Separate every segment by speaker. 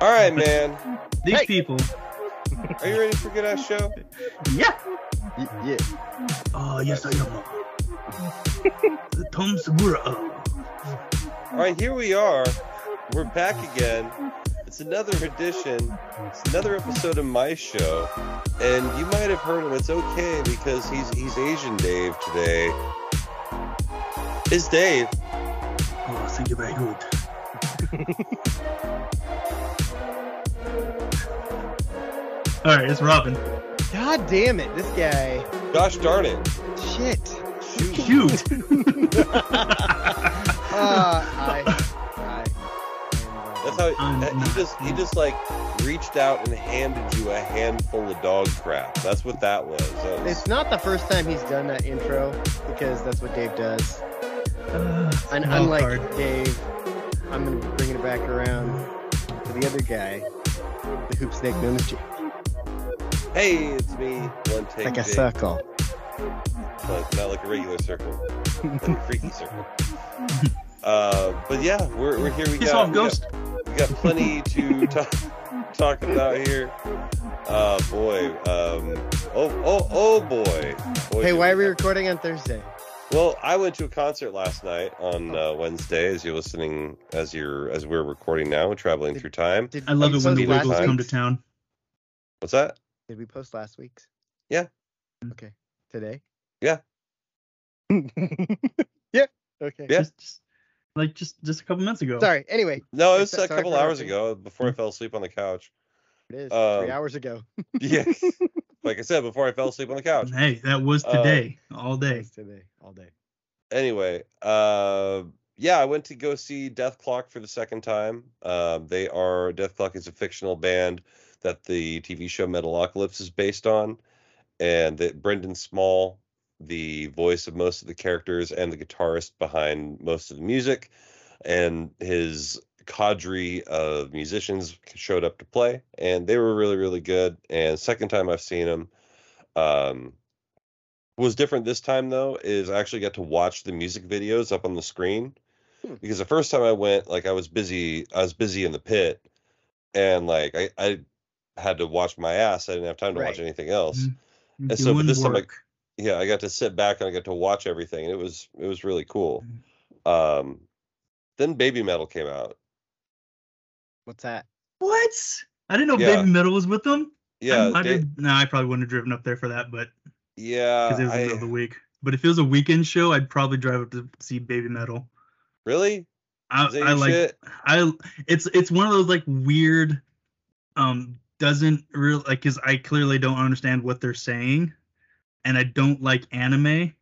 Speaker 1: All right, man.
Speaker 2: These
Speaker 3: Hey.
Speaker 2: people.
Speaker 1: Are you ready for good ass show?
Speaker 2: Yeah.
Speaker 3: Y- yeah.
Speaker 2: Oh, yes, I am. Tom Segura. Oh,
Speaker 1: All right, here we are. We're back again. It's another edition. It's another episode of my show, and you might have heard him. It's okay because he's he's Asian Dave today. It's Dave.
Speaker 2: Oh, I think you're very good. All right, it's Robin.
Speaker 3: God damn it, this guy.
Speaker 1: Gosh darn it!
Speaker 3: Shit.
Speaker 1: Shoot.
Speaker 2: Shoot.
Speaker 3: Uh, I, I, am, uh,
Speaker 1: That's how
Speaker 2: I'm
Speaker 1: that- he
Speaker 2: not-
Speaker 1: just he just like reached out and handed you a handful of dog crap. That's what that was. That was-
Speaker 3: It's not the first time he's done that intro because that's what Dave does.
Speaker 2: Uh,
Speaker 3: And
Speaker 2: wild
Speaker 3: unlike
Speaker 2: card.
Speaker 3: Dave, I'm going to be bringing it back around to the other guy, the hoop snake known as Jake.
Speaker 1: hey, it's me. One take.
Speaker 3: Like a
Speaker 1: Jake.
Speaker 3: circle.
Speaker 1: but not like a regular circle, like a freaky circle. Uh, but yeah, we're, we're here. We
Speaker 2: Piss
Speaker 1: got,
Speaker 2: off,
Speaker 1: we
Speaker 2: Ghost.
Speaker 1: got we got plenty to talk talk about here. Uh, boy. Um, oh oh oh boy. boy
Speaker 3: Hey,
Speaker 1: do
Speaker 3: why
Speaker 1: we
Speaker 3: are we
Speaker 1: have-
Speaker 3: recording on Thursday?
Speaker 1: Well, I went to a concert last night on uh, Wednesday. As you're listening, as you're as we're recording now, traveling
Speaker 3: Did-
Speaker 1: through time.
Speaker 3: Did
Speaker 2: I love
Speaker 3: we
Speaker 2: it when the
Speaker 3: post last
Speaker 2: Wiggles come to
Speaker 3: week's?
Speaker 2: town.
Speaker 1: What's that?
Speaker 3: Did we post last week's?
Speaker 1: Yeah.
Speaker 3: Okay. Today?
Speaker 1: Yeah.
Speaker 3: yeah. Okay.
Speaker 1: Yeah.
Speaker 2: Just, just- like just just a couple minutes ago.
Speaker 3: Sorry. Anyway,
Speaker 1: No, it was
Speaker 3: Sorry
Speaker 1: a couple
Speaker 3: for
Speaker 1: hours
Speaker 3: interrupting.
Speaker 1: ago before I fell asleep on the couch.
Speaker 3: it is
Speaker 1: Um,
Speaker 3: three hours ago.
Speaker 1: Yeah, like I said, before I fell asleep on the couch.
Speaker 2: Hey, that was
Speaker 1: Uh,
Speaker 2: today, all
Speaker 3: It
Speaker 2: day.
Speaker 3: was today, all day.
Speaker 1: anyway, uh, yeah, I went to go see Death Clock for the second time. Um, they are Death Clock is a fictional band that the TV show Metalocalypse is based on, and that Brendan Small, the voice of most of the characters and the guitarist behind most of the music, and his cadre of musicians showed up to play, and they were really really good. And second time I've seen them. Um, what was different this time though is I actually got to watch the music videos up on the screen
Speaker 3: Hmm.
Speaker 1: because the first time I went, like I was busy, I was busy in the pit, and like I, I had to watch my ass. I didn't have time to watch
Speaker 3: Right.
Speaker 1: anything else.
Speaker 2: Mhm.
Speaker 1: And so, but this time I- Yeah, I got to sit back and I got to watch everything, and it was it was really cool.
Speaker 2: Mm-hmm.
Speaker 1: Um, then Baby Metal came out.
Speaker 3: What's that?
Speaker 2: what? I didn't know
Speaker 1: Yeah.
Speaker 2: Baby Metal was with them.
Speaker 1: Yeah,
Speaker 2: I,
Speaker 1: Da-
Speaker 2: I did, no, I probably wouldn't have driven up there for that, but
Speaker 1: yeah.
Speaker 2: because it was the
Speaker 1: Uh, I-
Speaker 2: middle of the week. But if it was a weekend show, I'd probably drive up to see Baby Metal.
Speaker 1: really?
Speaker 2: I,
Speaker 1: Is that
Speaker 2: I
Speaker 1: your
Speaker 2: like
Speaker 1: shit?
Speaker 2: I it's it's one of those like weird um doesn't real like cuz I clearly don't understand what they're saying and I don't like anime.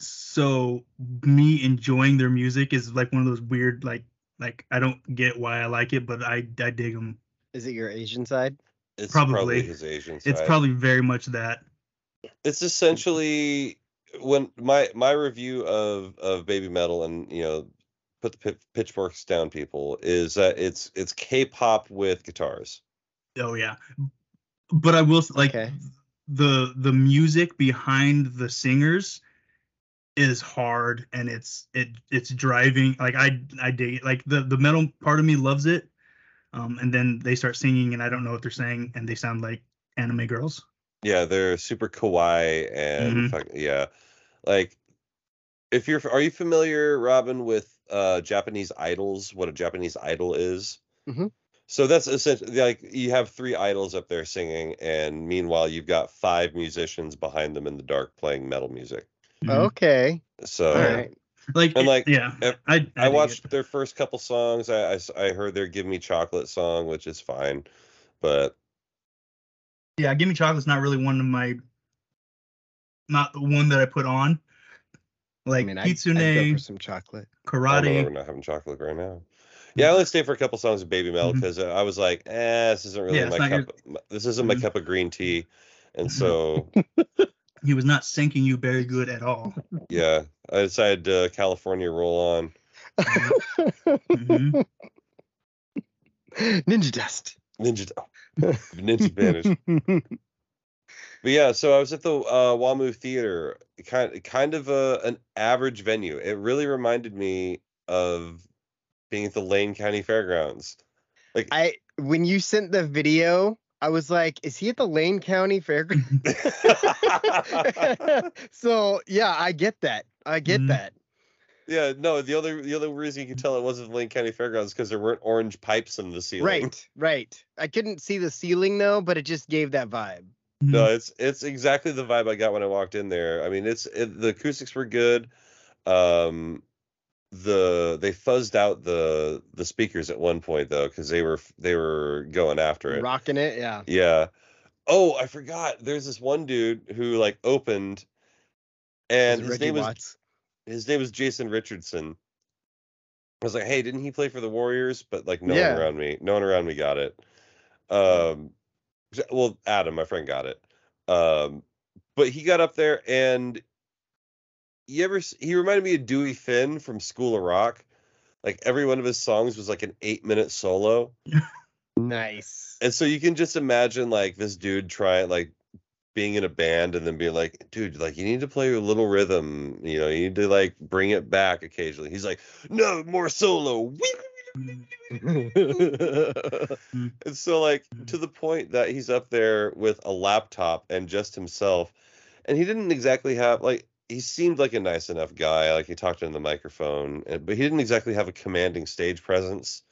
Speaker 2: So me enjoying their music is like one of those weird like like I don't get why I like it but I I dig them.
Speaker 3: Is it your Asian side?
Speaker 1: It's
Speaker 2: Probably.
Speaker 1: his Asian
Speaker 2: It's
Speaker 1: side.
Speaker 2: probably very much that.
Speaker 1: it's essentially when my my review of of baby metal and you know put the pit, pitchforks down people is that it's it's k-pop with guitars
Speaker 2: Oh yeah. But I will s- like
Speaker 3: Okay.
Speaker 2: the the music behind the singers is hard and it's it it's driving like I I dig it. Like the the metal part of me loves it. Um and then they start singing and I don't know what they're saying and they sound like anime girls.
Speaker 1: yeah they're super kawaii and
Speaker 2: Mhm.
Speaker 1: fuck- yeah like if you're are you familiar robin with uh japanese idols what a japanese idol is
Speaker 3: Mhm.
Speaker 1: so that's essentially like you have three idols up there singing and meanwhile you've got five musicians behind them in the dark playing metal music
Speaker 2: Mm-hmm.
Speaker 3: Oh, Okay.
Speaker 1: so
Speaker 3: All right.
Speaker 2: Like,
Speaker 1: And,
Speaker 2: it-
Speaker 1: like,
Speaker 2: yeah.
Speaker 1: ev-
Speaker 2: I I,
Speaker 1: I
Speaker 2: dig
Speaker 1: watched
Speaker 2: it.
Speaker 1: their first couple songs. I, I s- I heard their "Give Me Chocolate" song, which is fine, but
Speaker 2: Yeah, Gimme Chocolate's not really one of my not the one that I put on. Like
Speaker 3: I mean, I,
Speaker 2: Kitsune,
Speaker 3: I'd go for some chocolate.
Speaker 1: I don't know why
Speaker 2: Karate. Mm-hmm.
Speaker 1: we're not having chocolate right now. Yeah, I only stayed for a couple songs of Baby Metal
Speaker 2: Mhm.
Speaker 1: because I was like, eh, this isn't really
Speaker 2: Yeah, it's
Speaker 1: my
Speaker 2: not your-
Speaker 1: cup. my- This isn't my
Speaker 2: Mhm.
Speaker 1: cup of green tea, and
Speaker 2: Mhm.
Speaker 1: so
Speaker 2: He was not sinking you very good at all.
Speaker 1: yeah, I decided to California roll on.
Speaker 2: Mhm.
Speaker 3: Ninja dust.
Speaker 1: Ninja, Ninja Vanish. But yeah, so I was at the uh, Wamu Theater, kind kind of a an average venue. It really reminded me of being at the Lane County Fairgrounds. Like
Speaker 3: I when you sent the video, I was like, is he at the Lane County Fairgrounds? so yeah, I get that. I get
Speaker 2: Mm.
Speaker 3: that.
Speaker 1: Yeah, no, the other the other reason you can tell it wasn't the Lane County Fairgrounds because there weren't orange pipes in the ceiling.
Speaker 3: Right, right. I couldn't see the ceiling though, but it just gave that vibe.
Speaker 1: No, it's it's exactly the vibe I got when I walked in there. I mean, it's it, the acoustics were good. Um the they fuzzed out the the speakers at one point though cuz they were they were going after it.
Speaker 3: Rocking it, yeah.
Speaker 1: Yeah. Oh, I forgot. There's this one dude who like opened and
Speaker 3: It
Speaker 1: his
Speaker 3: was Reggie
Speaker 1: name was
Speaker 3: Watts.
Speaker 1: his name was Jason Richardson. I was like, hey, didn't he play for the Warriors? But like no
Speaker 3: Yeah.
Speaker 1: one around me, no one around me got it. Um well, Adam, my friend got it. Um but he got up there and you ever s- he reminded me of Dewey Finn from School of Rock. Like every one of his songs was like an 8-minute solo.
Speaker 3: Nice.
Speaker 1: And so you can just imagine like this dude trying like being in a band and then being like, dude, like you need to play your little rhythm. You know, you need to like bring it back occasionally. He's like, no, more solo. and so like to the point that he's up there with a laptop and just himself. And he didn't exactly have like he seemed like a nice enough guy. Like he talked into the microphone, and- but he didn't exactly have a commanding stage presence.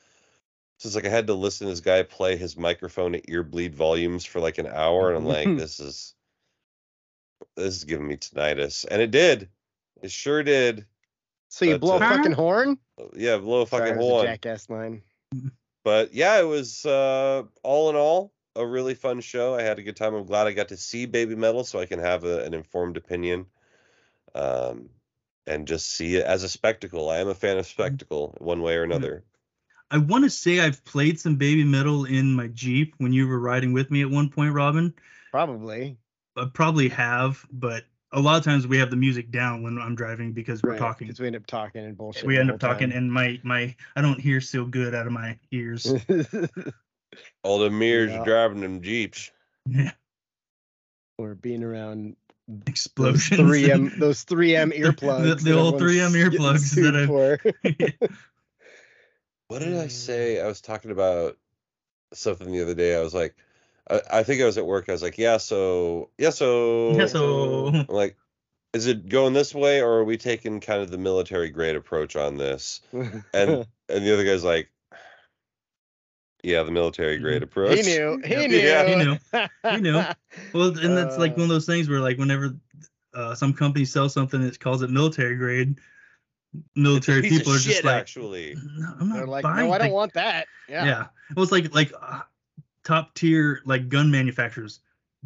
Speaker 1: So it's like I had to listen to this guy play his microphone at ear bleed volumes for like an hour, and I'm like,
Speaker 3: Mm-hmm.
Speaker 1: this is this is giving me tinnitus, and it did. It sure did.
Speaker 3: So you
Speaker 1: But,
Speaker 3: blow a
Speaker 2: uh,
Speaker 3: fucking horn?
Speaker 1: Yeah, blow a
Speaker 3: Sorry,
Speaker 1: fucking
Speaker 3: that was a
Speaker 1: horn.
Speaker 3: jackass line.
Speaker 1: but yeah, it was uh, all in all a really fun show. I had a good time. I'm glad I got to see Baby Metal so I can have a, an informed opinion um, and just see it as a spectacle. I am a fan of spectacle one way or another.
Speaker 2: I want to say I've played some baby metal in my Jeep when you were riding with me at one point, Robin.
Speaker 3: Probably.
Speaker 2: I probably have, but a lot of times we have the music down when I'm driving because we're
Speaker 3: Right,
Speaker 2: talking.
Speaker 3: 'cause we end up talking and bullshit.
Speaker 2: We
Speaker 3: the
Speaker 2: end
Speaker 3: whole
Speaker 2: up talking,
Speaker 3: time.
Speaker 2: and my my I don't hear so good out of my ears.
Speaker 1: All the mirrors
Speaker 3: Yeah.
Speaker 1: driving them jeeps.
Speaker 2: Yeah,
Speaker 3: or being around those
Speaker 2: Explosions.
Speaker 3: 3M those 3M
Speaker 2: The-
Speaker 3: earplugs.
Speaker 2: the old 3M earplugs that I-
Speaker 3: I
Speaker 1: What did I
Speaker 3: Mm.
Speaker 1: say? I was talking about something the other day. I was like, I, I think I was at work. I was like, yeah, so, yeah, so,
Speaker 2: Yeah, so
Speaker 1: I'm like, is it going this way or are we taking kind of the military grade approach on this? And and the other guy's like, yeah, the military grade approach.
Speaker 3: he knew. He knew.
Speaker 1: Yeah,
Speaker 2: he knew. He knew. well, and that's like
Speaker 3: Uh,
Speaker 2: one of those things where like whenever uh, some company sells something that calls it military grade,
Speaker 1: It's a
Speaker 2: military
Speaker 1: piece of
Speaker 2: people are just
Speaker 1: shit,
Speaker 2: like,
Speaker 1: actually.
Speaker 2: no, I'm
Speaker 3: They're
Speaker 2: not
Speaker 3: like,
Speaker 2: buying
Speaker 3: no, I don't
Speaker 2: that."
Speaker 3: want that. Yeah.
Speaker 2: yeah. It was like like uh, top tier like gun manufacturers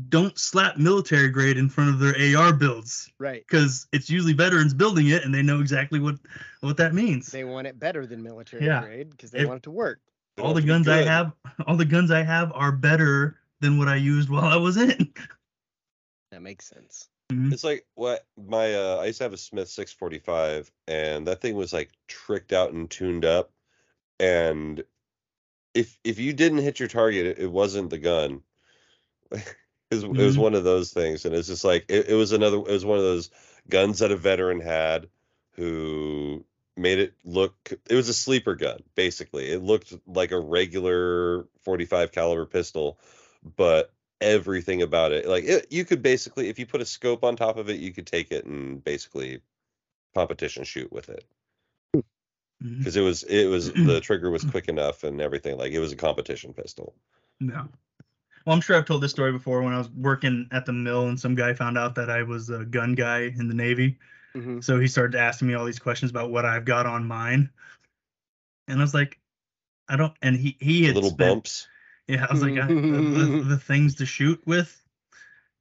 Speaker 2: don't slap military grade in front of their AR builds
Speaker 3: Right.
Speaker 2: because it's usually veterans building it and they know exactly what what that means.
Speaker 3: They want it better than military
Speaker 2: Yeah.
Speaker 3: grade because they
Speaker 2: If-
Speaker 3: want it to work.
Speaker 1: They
Speaker 2: all
Speaker 1: want
Speaker 2: the
Speaker 1: to be
Speaker 2: guns I
Speaker 1: good.
Speaker 2: have, all the guns I have are better than what I used while I was in.
Speaker 3: That makes sense.
Speaker 1: It's like what my uh, I used to have a Smith 645, and that thing was like tricked out and tuned up. And if if you didn't hit your target, it, it wasn't the gun. it, was, it was
Speaker 2: Mhm.
Speaker 1: one of those things, and it's just like it, it was another. It was one of those guns that a veteran had who made it look. It was a sleeper gun, basically. It looked like a regular 45 caliber pistol, but everything about it. Like it, you could basically, if you put a scope on top of it, you could take it and basically competition shoot with it
Speaker 2: Mhm.
Speaker 1: because it was it was the trigger was quick enough and everything. Like it was a competition pistol.
Speaker 2: No. Well, I'm sure I've told this story before when I was working at the mill and some guy found out that I was a gun guy in the Navy.
Speaker 3: Mhm.
Speaker 2: So he started asking me all these questions about what I've got on mine. And I was like, I don't, and he, he had
Speaker 1: Little
Speaker 2: spent-
Speaker 1: bumps.
Speaker 2: Yeah, I was like, I, the, the- the things to shoot with.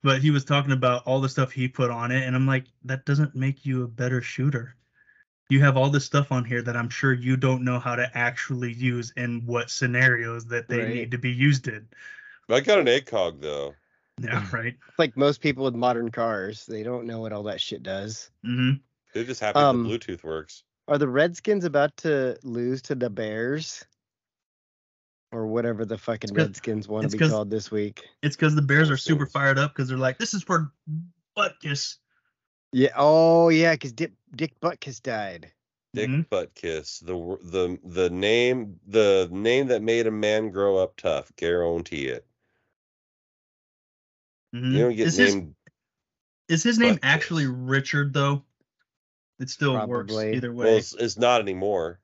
Speaker 2: But he was talking about all the stuff he put on it, and I'm like, that doesn't make you a better shooter. You have all this stuff on here that I'm sure you don't know how to actually use in what scenarios that they
Speaker 3: Right.
Speaker 2: need to be used in.
Speaker 1: I got an ACOG though.
Speaker 2: Yeah, right.
Speaker 3: It's like most people with modern cars, they don't know what all that shit does.
Speaker 2: hmm
Speaker 1: It just happened.
Speaker 3: Um,
Speaker 1: the Bluetooth works.
Speaker 3: Are the Redskins about to lose to the Bears? Or whatever the fucking
Speaker 2: 'cause-
Speaker 3: Redskins want
Speaker 2: it's
Speaker 3: to be
Speaker 2: 'cause-
Speaker 3: called this week.
Speaker 2: It's because the Bears
Speaker 1: Oh,
Speaker 2: are super
Speaker 1: thanks.
Speaker 2: fired up because they're like, this is for Butkus.
Speaker 3: Yeah. Oh yeah, because Dick Dick Butkus died.
Speaker 1: Dick
Speaker 2: Mhm.
Speaker 1: Butt Kiss, the wor- the the name the name that made a man grow up tough. Guarantee it.
Speaker 2: Mhm.
Speaker 1: You don't get
Speaker 2: Mm-hmm. is his
Speaker 1: named.
Speaker 2: is his name
Speaker 1: Butt Kiss.
Speaker 2: actually Richard though? It still works
Speaker 3: Probably.
Speaker 2: either
Speaker 1: Well,
Speaker 2: way.
Speaker 1: it's, it's not anymore.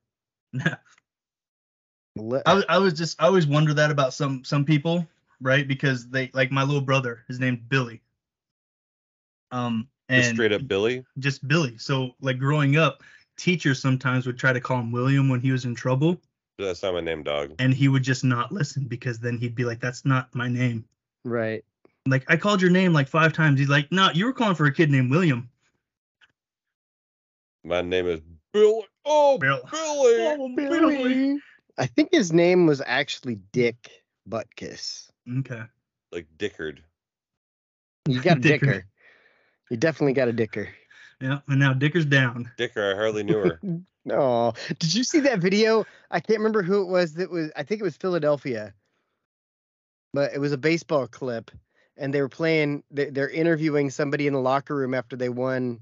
Speaker 3: Le-
Speaker 2: I was, I was just I always wonder that about some some people, right? Because they like my little brother, his name's Billy. Um and
Speaker 1: Just straight up Billy.
Speaker 2: just Billy. So like growing up, teachers sometimes would try to call him William when he was in trouble,
Speaker 1: That's not my name, dog.
Speaker 2: and he would just not listen because then he'd be like, "That's not my name."
Speaker 3: right.
Speaker 2: Like I called your name like five times. He's like, "No, you were calling for a kid named William."
Speaker 1: My name is Billy. Oh,
Speaker 2: Bill.
Speaker 1: Billy.
Speaker 2: Oh, Billy.
Speaker 3: I think his name was actually Dick Buttkiss.
Speaker 2: Okay.
Speaker 1: Like Dickard.
Speaker 3: You got a
Speaker 2: Dicker.
Speaker 3: dicker. You definitely got a dicker.
Speaker 2: Yeah. And now Dicker's down.
Speaker 1: Dicker. I hardly knew her.
Speaker 3: Oh, did you see that video? I can't remember who it was that was I think it was Philadelphia. But it was a baseball clip and they were playing they- they're interviewing somebody in the locker room after they won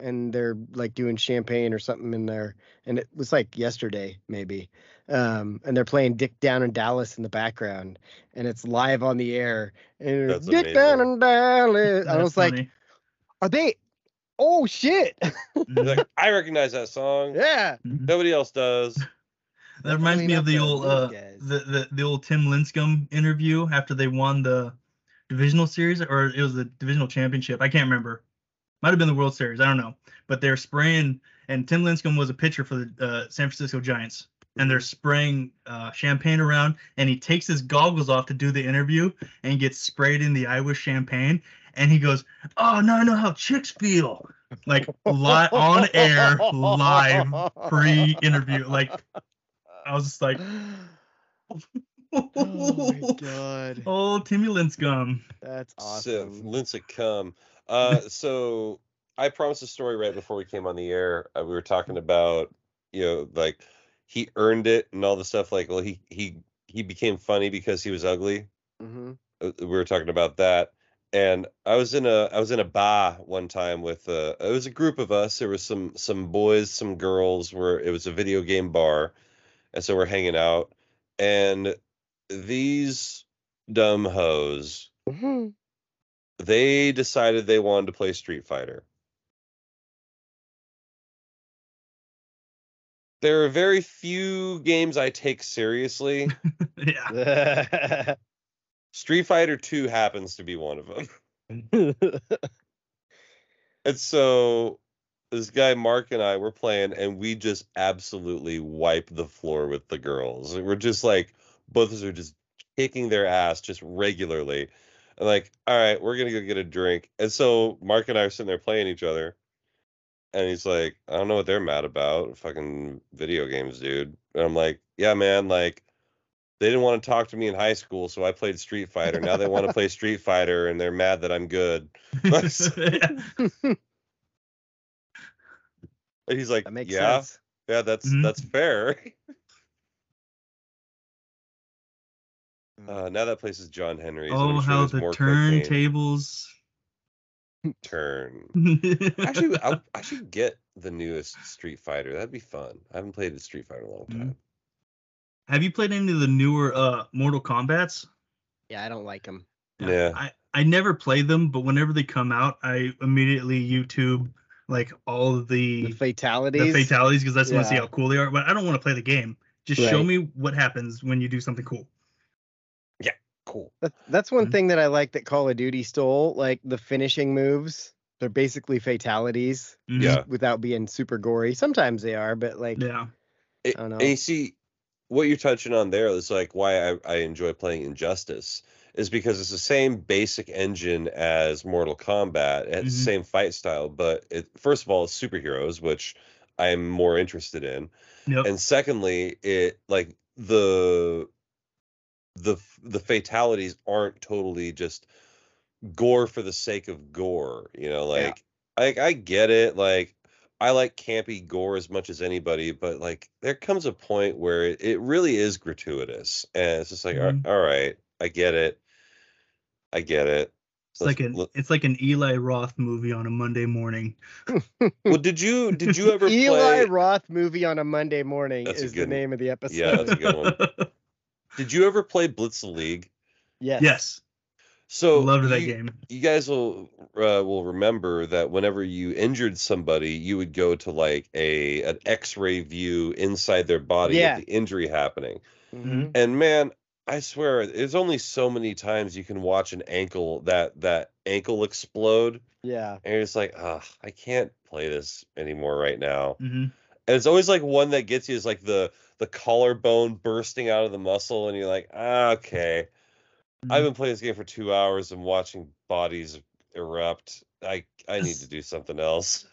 Speaker 3: and they're like doing champagne or something in there and it was like yesterday maybe. Um and they're playing Dick Down in Dallas in the background and it's live on the air and
Speaker 1: That's
Speaker 3: Dick Down
Speaker 1: amazing.
Speaker 3: in Dallas. I
Speaker 2: That's
Speaker 3: was like,
Speaker 2: funny.
Speaker 3: are they Oh shit.
Speaker 1: He's like, I recognize that song.
Speaker 3: yeah.
Speaker 2: Mhm.
Speaker 1: Nobody else does.
Speaker 2: That reminds
Speaker 3: Definitely
Speaker 2: me of
Speaker 3: not
Speaker 2: the
Speaker 3: the
Speaker 2: old
Speaker 3: little
Speaker 2: uh,
Speaker 3: guys.
Speaker 2: the, the the old Tim Lincecum interview after they won the divisional series or it was the divisional championship. I can't remember. Might have been the World Series. I don't know. But they're spraying, and Tim Lincecum was a pitcher for the uh, San Francisco Giants, and they're spraying uh, champagne around, and he takes his goggles off to do the interview, and gets sprayed in the eye with champagne, and he goes, "Oh no, I know how chicks feel." Like li- on air,
Speaker 1: Oh
Speaker 2: live, pre-interview. Like I was just like,
Speaker 3: oh my
Speaker 2: oh,
Speaker 3: god,
Speaker 2: Timmy Lincecum.
Speaker 3: that's
Speaker 1: So,
Speaker 3: awesome.
Speaker 1: Linsa come. Uh, so I promised a story right before we came on the air. Uh, we were talking about, you know, like he earned it and all the stuff. Like, well, he he he became funny because he was ugly.
Speaker 3: Mhm.
Speaker 1: Uh, We were talking about that, and I was in a I was in a bar one time with uh it was a group of us. There was some some boys, some girls. Where it was a video game bar, and so we're hanging out, and these dumb hoes Mm-hmm.
Speaker 3: Mhm.
Speaker 1: they decided they wanted to play Street Fighter. There are very few games I take seriously.
Speaker 2: Yeah.
Speaker 1: Street Fighter 2 happens to be one of them. And so this guy Mark and I were playing and we just absolutely wipe the floor with the girls. We're just like both of us are just kicking their ass just regularly. And like, all right, we're gonna go get a drink. And so Mark and I are sitting there playing each other. And he's like, I don't know what they're mad about. Fucking video games, dude. And I'm like, yeah, man, like they didn't want to talk to me in high school, so I played Street Fighter. Now they want to play Street Fighter and they're mad that I'm good.
Speaker 2: Yeah.
Speaker 1: And he's like,
Speaker 3: that makes
Speaker 1: Yeah.
Speaker 3: sense.
Speaker 1: Yeah, that's
Speaker 2: Mhm.
Speaker 1: that's fair. Uh, now that place is John Henry's. and I'm
Speaker 2: oh,
Speaker 1: sure
Speaker 2: how
Speaker 1: there's
Speaker 2: the
Speaker 1: more cocaine.
Speaker 2: turntables.
Speaker 1: turn.
Speaker 2: Actually,
Speaker 1: Actually, I, I should get the newest Street Fighter. That'd be fun. I haven't played the Street Fighter in a long
Speaker 2: Mhm.
Speaker 1: time.
Speaker 2: have you played any of the newer uh, Mortal Kombat's?
Speaker 3: Yeah, I don't like him.
Speaker 1: Yeah.
Speaker 2: I, I never play them, but whenever they come out, I immediately YouTube like all of
Speaker 3: The
Speaker 2: the,
Speaker 3: fatalities.
Speaker 2: the fatalities because I just want to see
Speaker 3: Yeah.
Speaker 2: how cool they are. But I don't want to play the game. Just show
Speaker 3: Right.
Speaker 2: me what happens when you do something cool.
Speaker 1: Cool.
Speaker 3: That- That's one
Speaker 2: Mhm.
Speaker 3: thing that I like that Call of Duty stole. Like the finishing moves, they're basically fatalities
Speaker 2: Mhm.
Speaker 1: Yeah.
Speaker 3: without being super gory. Sometimes they are, but like
Speaker 2: Mm-hmm. Yeah.
Speaker 1: It-
Speaker 3: I don't know.
Speaker 1: And you see, what you're touching on there is like why I, I enjoy playing Injustice is because it's the same basic engine as Mortal Kombat, it's the
Speaker 2: Mhm.
Speaker 1: same fight style, but it first of all, it's superheroes, which I'm more interested in.
Speaker 2: Yep.
Speaker 1: and secondly it like the the the fatalities aren't totally just gore for the sake of gore you know
Speaker 3: Yeah.
Speaker 1: like i i get it like i like campy gore as much as anybody but like there comes a point where it, it really is
Speaker 2: Mm-hmm.
Speaker 1: gratuitous and it's just like all-
Speaker 2: Mhm.
Speaker 1: all right i get it i get it
Speaker 2: It's like an it's like an Eli Roth movie on a Monday morning. Hmm.
Speaker 1: well, did you did you ever
Speaker 3: Eli
Speaker 1: play?
Speaker 3: Roth movie on a Monday morning
Speaker 1: That's a
Speaker 3: is the
Speaker 1: good one.
Speaker 3: name of the episode.
Speaker 1: Yeah, that's a good one. Did you ever play Blitz the League?
Speaker 3: Yes.
Speaker 2: yes,
Speaker 1: So
Speaker 2: loved that
Speaker 1: you-
Speaker 2: game.
Speaker 1: you guys will uh, will remember that whenever you injured somebody, you would go to like a an X ray view inside their body
Speaker 3: Yeah.
Speaker 1: of the injury happening.
Speaker 2: Mm-hmm.
Speaker 3: Mhm.
Speaker 1: And man, I swear, there's only so many times you can watch an ankle that that ankle explode,
Speaker 3: Yeah.
Speaker 1: and you're just like, ah, I can't play this anymore right now.
Speaker 2: hmm
Speaker 1: And it's always like one that gets you is like the the collarbone bursting out of the muscle, and you're like, ah, okay.
Speaker 3: Mm-hmm.
Speaker 1: I've
Speaker 2: Mm-hmm.
Speaker 1: been playing this game for two hours and watching bodies erupt. I I need to do something else.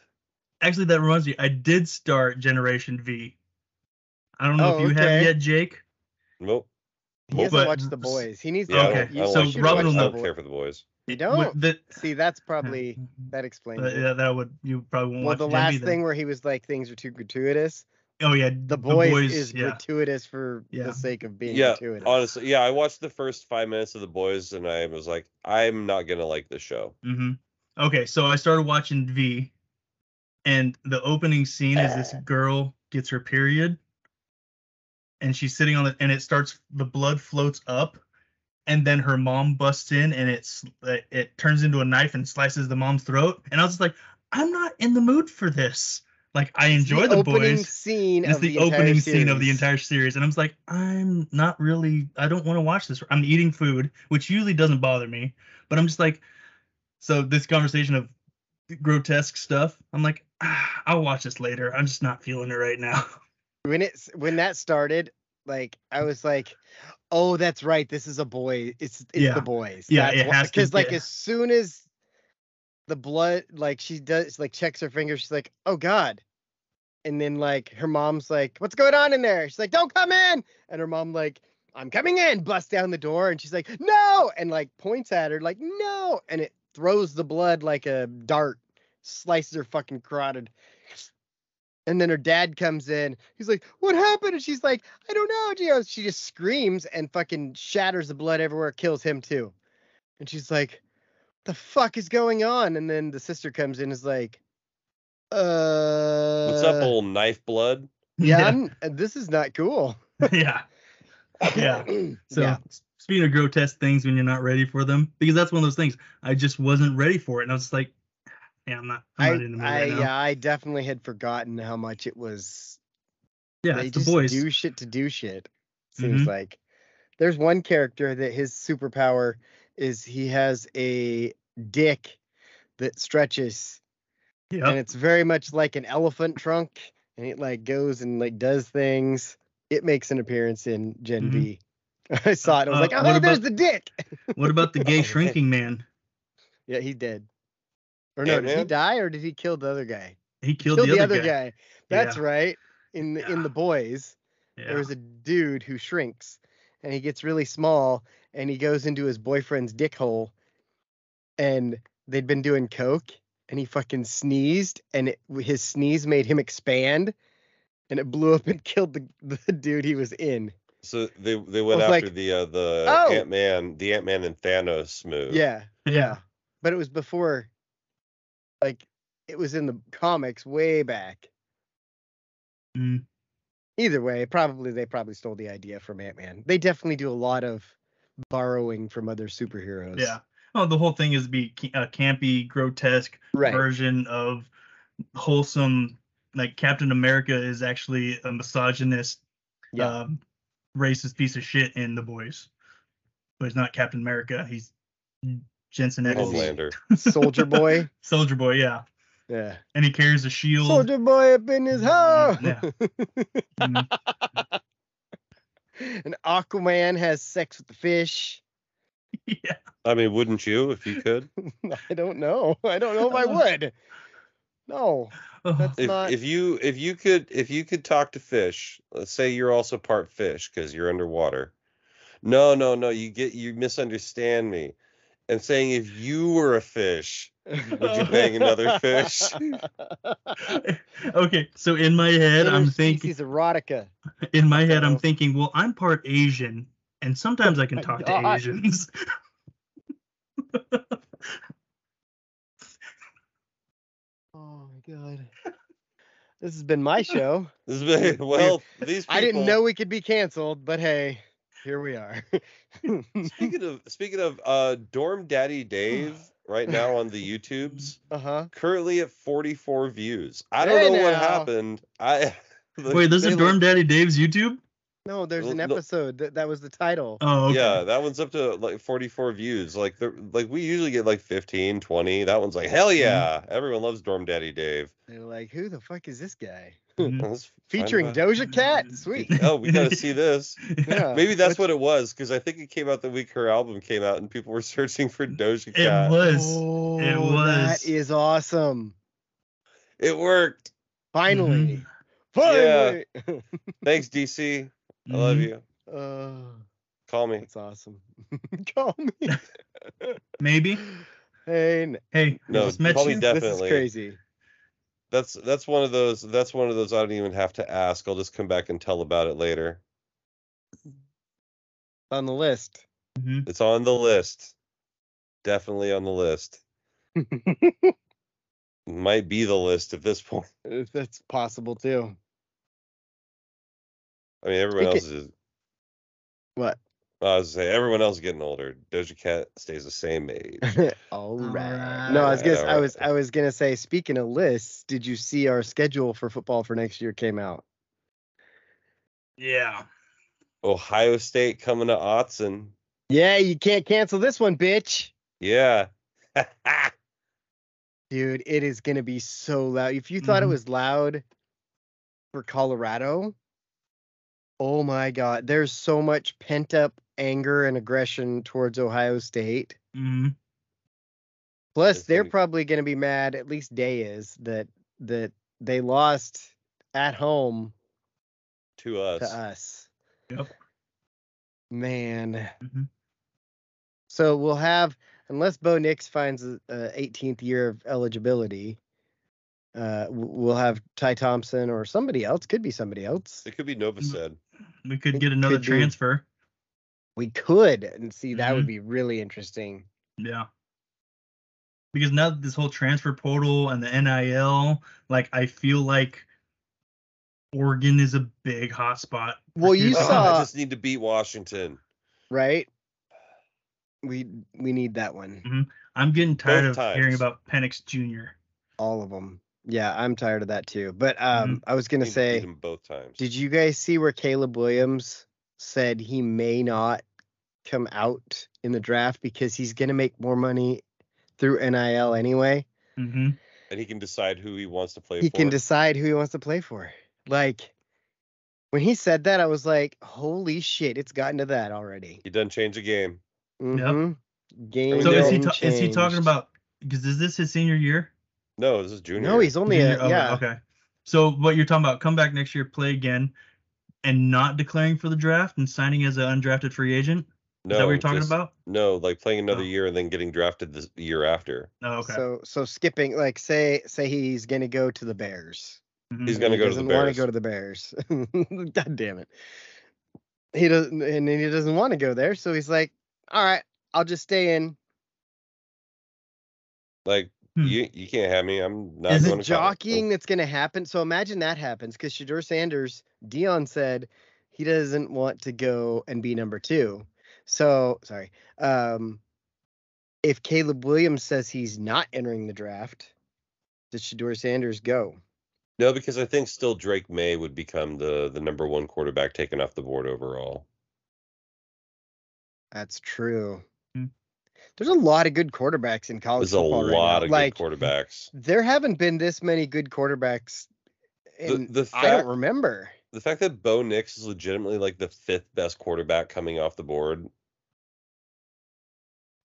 Speaker 2: Actually, that reminds me. I did start Generation V. I don't know
Speaker 3: Oh,
Speaker 2: if you have
Speaker 3: okay.
Speaker 2: yet, Jake.
Speaker 1: Nope.
Speaker 3: He
Speaker 1: Well,
Speaker 3: hasn't
Speaker 2: but-
Speaker 3: watched the boys. He needs to.
Speaker 1: Yeah,
Speaker 2: Okay,
Speaker 1: I don't, I don't
Speaker 3: so
Speaker 1: like the boys.
Speaker 2: Robin will
Speaker 1: I
Speaker 3: know.
Speaker 1: don't care for the boys.
Speaker 3: You
Speaker 2: It- what
Speaker 3: don't?
Speaker 2: the-
Speaker 3: See, that's probably that explains it.
Speaker 2: yeah, that would you probably won't watch
Speaker 3: Well, the
Speaker 2: Gen V
Speaker 3: last
Speaker 2: then.
Speaker 3: thing where he was like things are too gratuitous.
Speaker 2: Oh yeah,
Speaker 3: The boys,
Speaker 2: boys
Speaker 3: is
Speaker 2: yeah.
Speaker 3: gratuitous for
Speaker 2: Yeah.
Speaker 3: the sake of being
Speaker 1: Yeah,
Speaker 3: gratuitous.
Speaker 1: Honestly, yeah, I watched the first five minutes of the boys and I was like, I'm not gonna like this show.
Speaker 2: hmm Okay, so I started watching V, and the opening scene is this girl gets her period, and she's sitting on it, and it starts. The blood floats up, and then her mom busts in, and it's it, it turns into a knife and slices the mom's throat. And I was just like, I'm not in the mood for this. Like I
Speaker 3: It's
Speaker 2: enjoy
Speaker 3: the,
Speaker 2: the,
Speaker 3: opening
Speaker 2: boys.
Speaker 3: scene.
Speaker 2: It's
Speaker 3: of
Speaker 2: the,
Speaker 3: the entire
Speaker 2: opening scene of the
Speaker 3: series.
Speaker 2: entire series, and I was like, I'm not really. I don't want to watch this. I'm eating food, which usually doesn't bother me, but I'm just like, so this conversation of grotesque stuff, I'm like, ah, I'll watch this later. I'm just not feeling it right now.
Speaker 3: When it's when that started, like I was like, oh, that's right. This is a boy. It's it's
Speaker 2: Yeah.
Speaker 3: the boys.
Speaker 2: Yeah,
Speaker 3: that's
Speaker 2: it has to-
Speaker 3: because like
Speaker 2: yeah.
Speaker 3: as soon as the blood, like she does, like checks her finger, she's like, oh god. And then like her mom's like, what's going on in there? She's like, don't come in. And her mom like, I'm coming in. Busts down the door and she's like, no. And like points at her like, no. And it throws the blood like a dart, slices her fucking carotid. And then her dad comes in. He's like, "What happened?" And she's like, "I don't know." You know, she just screams and fucking shatters the blood everywhere, kills him too. And she's like, "The fuck is going on?" And then the sister comes in, and is like, "Uh,
Speaker 1: What's up, old knife blood?
Speaker 3: yeah, I'm- uh, this is not cool."
Speaker 2: yeah. Yeah. So
Speaker 3: yeah,
Speaker 2: s- speaking of grotesque things when you're not ready for them, because that's one of those things. I just wasn't ready for it, and I was just like, "Ah, yeah, I'm not.
Speaker 3: I,
Speaker 2: I'm not in the mood
Speaker 3: I,
Speaker 2: right now.
Speaker 3: yeah, I definitely had forgotten how much it was
Speaker 2: Yeah,
Speaker 3: they
Speaker 2: it's the
Speaker 3: just
Speaker 2: boys.
Speaker 3: do shit to do shit. Seems
Speaker 2: Mhm.
Speaker 3: like there's one character that his superpower is he has a dick that stretches, and
Speaker 2: Yeah.
Speaker 3: it's very much like an elephant trunk, and it like goes and like does things. It makes an appearance in Gen
Speaker 2: Mhm.
Speaker 3: V. I saw it. I was
Speaker 2: Uh,
Speaker 3: like, oh,
Speaker 2: what
Speaker 3: hey, there's
Speaker 2: about-
Speaker 3: the dick.
Speaker 2: What about the gay shrinking man?
Speaker 3: Yeah, he did. Or no, did he
Speaker 1: Ant-Man?
Speaker 3: die or did he kill the other guy?
Speaker 2: He killed,
Speaker 3: Killed,
Speaker 2: the, other guy.
Speaker 3: guy. That's
Speaker 2: Yeah.
Speaker 3: right. In the, in
Speaker 2: Yeah.
Speaker 3: the boys.
Speaker 2: Yeah.
Speaker 3: there was a dude who shrinks and he gets really small and he goes into his boyfriend's dick hole and they'd been doing coke and he fucking sneezed and it, his sneeze made him expand and it blew up and killed the, the dude he was in
Speaker 1: So they they went
Speaker 3: I was
Speaker 1: after
Speaker 3: like,
Speaker 1: the uh, the
Speaker 3: "Oh!"
Speaker 1: Ant Man the Ant Man and Thanos move.
Speaker 3: yeah
Speaker 2: yeah.
Speaker 3: but it was before like it was in the comics way back
Speaker 2: Mm.
Speaker 3: either way probably they probably stole the idea from ant-man they definitely do a lot of borrowing from other superheroes
Speaker 2: Yeah. Oh, the whole thing is be ca- a campy, grotesque
Speaker 3: right
Speaker 2: version of wholesome. Like Captain America is actually a misogynist,
Speaker 3: Yeah.
Speaker 2: um, racist piece of shit in The Boys, but he's not Captain America. He's Jensen Ackles,
Speaker 1: Homelander.
Speaker 3: soldier boy
Speaker 2: Soldier Boy. Yeah,
Speaker 3: Yeah.
Speaker 2: and he carries a shield.
Speaker 3: Soldier boy up in his house.
Speaker 2: Yeah. Mhm.
Speaker 3: and Aquaman has sex with the fish.
Speaker 2: yeah.
Speaker 1: I mean, wouldn't you if you could?
Speaker 3: I don't know. I don't know if I would. No.
Speaker 2: Oh,
Speaker 3: That's-
Speaker 1: if,
Speaker 3: not-
Speaker 1: if you if you could if you could talk to fish let's say you're also part fish because you're underwater no no no you get you misunderstand me i'm saying if you were a fish
Speaker 3: Would
Speaker 1: you bang another fish?
Speaker 2: okay, so in my head, I'm thinking.
Speaker 3: Species erotica.
Speaker 2: in my head,
Speaker 3: Uh-oh.
Speaker 2: I'm thinking, well, I'm part Asian, and sometimes I can
Speaker 3: my
Speaker 2: talk
Speaker 3: God.
Speaker 2: to Asians.
Speaker 3: Oh my god. This has been my show.
Speaker 1: This is- well, these people,
Speaker 3: I didn't know we could be canceled, but hey, here we are.
Speaker 1: Speaking of speaking of uh, Dorm Daddy Dave, right now on the YouTubes,
Speaker 3: Uh huh.
Speaker 1: currently at 44 views. I don't
Speaker 3: Hey
Speaker 1: know what
Speaker 3: now.
Speaker 1: happened. I
Speaker 2: Wait, there's
Speaker 1: they
Speaker 2: a
Speaker 1: look-
Speaker 2: Dorm Daddy Dave's YouTube?
Speaker 3: No, there's an
Speaker 1: No- no.
Speaker 3: episode that that was the title.
Speaker 2: Oh, okay.
Speaker 1: Yeah, that one's up to like 44 views. Like the like we usually get like 15, 20. That one's like hell yeah. Everyone loves Dorm Daddy Dave.
Speaker 3: They're like, who the fuck is this guy?
Speaker 2: Mhm.
Speaker 1: Let's find
Speaker 3: Featuring
Speaker 1: out.
Speaker 3: Doja Cat. Sweet.
Speaker 1: Oh, we gotta see this.
Speaker 3: Yeah.
Speaker 1: Maybe that's
Speaker 3: Which-
Speaker 1: what it was because I think it came out the week her album came out and people were searching for Doja
Speaker 2: It
Speaker 1: Cat.
Speaker 2: was.
Speaker 3: Oh,
Speaker 2: was.
Speaker 3: That is awesome.
Speaker 1: It worked.
Speaker 2: Mm-hmm.
Speaker 3: Finally.
Speaker 1: Yeah.
Speaker 3: Finally.
Speaker 1: Thanks, DC. I
Speaker 2: Mm-hmm.
Speaker 1: love you.
Speaker 3: Oh,
Speaker 1: Call me.
Speaker 3: that's awesome. Call me.
Speaker 2: Mm, Maybe.
Speaker 3: Hey, n-
Speaker 2: Hey,
Speaker 1: No,
Speaker 2: just met
Speaker 1: probably
Speaker 2: you.
Speaker 1: deaf.
Speaker 3: This
Speaker 1: Definitely.
Speaker 3: is crazy.
Speaker 1: That's that's one of those. That's one of those. I don't even have to ask. I'll just come back and tell about it later.
Speaker 3: On the list.
Speaker 2: Mhm.
Speaker 1: It's on the list. Definitely on the list. Might be the list at this point.
Speaker 3: If That's possible too.
Speaker 1: I mean, everyone
Speaker 3: Speaking-
Speaker 1: else is.
Speaker 3: What?
Speaker 1: I was gonna say everyone else is getting older. Doja Cat stays the same age.
Speaker 3: All
Speaker 2: right.
Speaker 3: right. No, I was gonna.
Speaker 1: All
Speaker 3: I
Speaker 1: right.
Speaker 3: was. I was gonna say. Speaking of lists, did you see our schedule for football for next year came out?
Speaker 2: Yeah.
Speaker 1: Ohio State coming to Otson.
Speaker 3: Yeah, you can't cancel this one, bitch.
Speaker 1: Yeah.
Speaker 3: Dude, it is gonna be so loud. If you thought it
Speaker 2: Mhm.
Speaker 3: was loud for Colorado, oh my God, there's so much pent up anger and aggression towards Ohio State.
Speaker 2: Mhm.
Speaker 3: Plus,
Speaker 1: It's
Speaker 3: they're
Speaker 1: gonna-
Speaker 3: probably going to be mad. At least Day is that that they lost at home
Speaker 1: to us.
Speaker 3: to us.
Speaker 2: Yep.
Speaker 3: Man.
Speaker 2: Mhm.
Speaker 3: So we'll have, unless Bo Nix finds a, a 18th year of eligibility, uh, w- we'll have Ty Thompson or somebody else. Could be somebody else.
Speaker 1: It could be Nova
Speaker 3: Mm,
Speaker 1: said.
Speaker 2: We could
Speaker 3: It
Speaker 2: get another
Speaker 3: could be.
Speaker 2: transfer.
Speaker 3: We could and see that would be really interesting.
Speaker 2: Yeah. Because now that this whole transfer portal and the NIL, like I feel like Oregon is a big hot spot. for
Speaker 3: Well, you
Speaker 2: future-
Speaker 1: Oh,
Speaker 3: saw-
Speaker 1: I just need to beat Washington.
Speaker 3: Right? We we need that one.
Speaker 2: I'm getting tired
Speaker 1: Both
Speaker 2: of
Speaker 1: times.
Speaker 2: hearing about Penix Jr.
Speaker 3: All of them. Yeah, I'm tired of that too. But um, I was gonna
Speaker 1: Need to beat
Speaker 3: say,
Speaker 1: them both times.
Speaker 3: did you guys see where Caleb Williams said he may not come out in the draft because he's gonna make more money through NIL anyway?
Speaker 2: hmm
Speaker 1: and he can decide who he wants to play
Speaker 3: He
Speaker 1: for.
Speaker 3: can decide who he wants to play for. Like when he said that, I was like, holy shit, it's gotten to that already.
Speaker 1: he doesn't change a game.
Speaker 3: hmm Game.
Speaker 2: So is he
Speaker 3: then
Speaker 2: ta- is he talking
Speaker 3: changed.
Speaker 2: about? Because is this his senior year?
Speaker 1: No, this is junior.
Speaker 3: No, he's only
Speaker 2: Junior- Oh,
Speaker 3: a
Speaker 2: okay,
Speaker 3: uh, yeah.
Speaker 2: Okay. So what you're talking about? Come back next year, play again, and not declaring for the draft and signing as an undrafted free agent.
Speaker 1: no,
Speaker 2: is that what you're talking
Speaker 1: just-
Speaker 2: about?
Speaker 1: No, like playing another
Speaker 2: Oh.
Speaker 1: year and then getting drafted the year after.
Speaker 2: Oh, okay.
Speaker 3: So so skipping like say say he's gonna go to the Bears.
Speaker 2: Mhm.
Speaker 1: He's
Speaker 3: and
Speaker 1: gonna
Speaker 3: he
Speaker 1: go to the
Speaker 3: doesn't want
Speaker 1: Bears.
Speaker 3: to go to the Bears. God damn it. He doesn't and then he doesn't want to go there, so he's like, All right, I'll just stay in.
Speaker 1: Like
Speaker 2: Hmm.
Speaker 1: you, you can't have me. I'm not.
Speaker 3: Is
Speaker 1: going
Speaker 3: it
Speaker 1: to college.
Speaker 3: jockeying that's gonna happen? So imagine that happens because Shadur Sanders, Dion said he doesn't want to go and be number two. So sorry. Um if Caleb Williams says he's not entering the draft, does Shadur Sanders go?
Speaker 1: No, because I think still Drake May would become the the number one quarterback taken off the board overall.
Speaker 3: That's true.
Speaker 2: Mm.
Speaker 3: There's a lot of good quarterbacks in college
Speaker 1: There's a
Speaker 3: football
Speaker 1: lot
Speaker 3: right
Speaker 1: of
Speaker 3: now.
Speaker 1: good
Speaker 3: like
Speaker 1: quarterbacks.
Speaker 3: there haven't been this many good quarterbacks.
Speaker 1: The,
Speaker 3: In,
Speaker 1: the
Speaker 3: I don't
Speaker 1: fact
Speaker 3: remember.
Speaker 1: the fact that Bo Nix is legitimately like the fifth best quarterback coming off the board,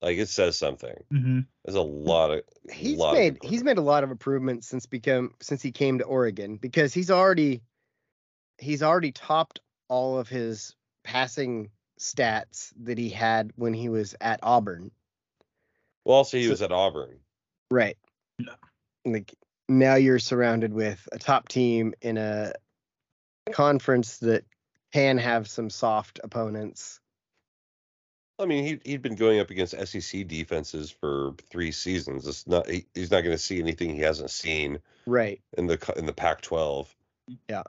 Speaker 1: like it says something.
Speaker 2: Mhm.
Speaker 1: There's a
Speaker 3: Hmm.
Speaker 1: lot of
Speaker 3: He's
Speaker 1: lot of
Speaker 3: made
Speaker 1: good
Speaker 3: he's made a lot of improvements since become since he came to Oregon because he's already he's already topped all of his passing stats that he had when he was at Auburn.
Speaker 1: Well, also he
Speaker 3: So-
Speaker 1: was at Auburn.
Speaker 3: Right.
Speaker 2: No.
Speaker 3: Like now you're surrounded with a top team in a conference that can have some soft opponents.
Speaker 1: I mean, he he'd been going up against SEC defenses for three seasons. It's not he, he's not going to see anything he hasn't seen
Speaker 3: Right.
Speaker 1: in the co- in the Pac-12.
Speaker 2: I'm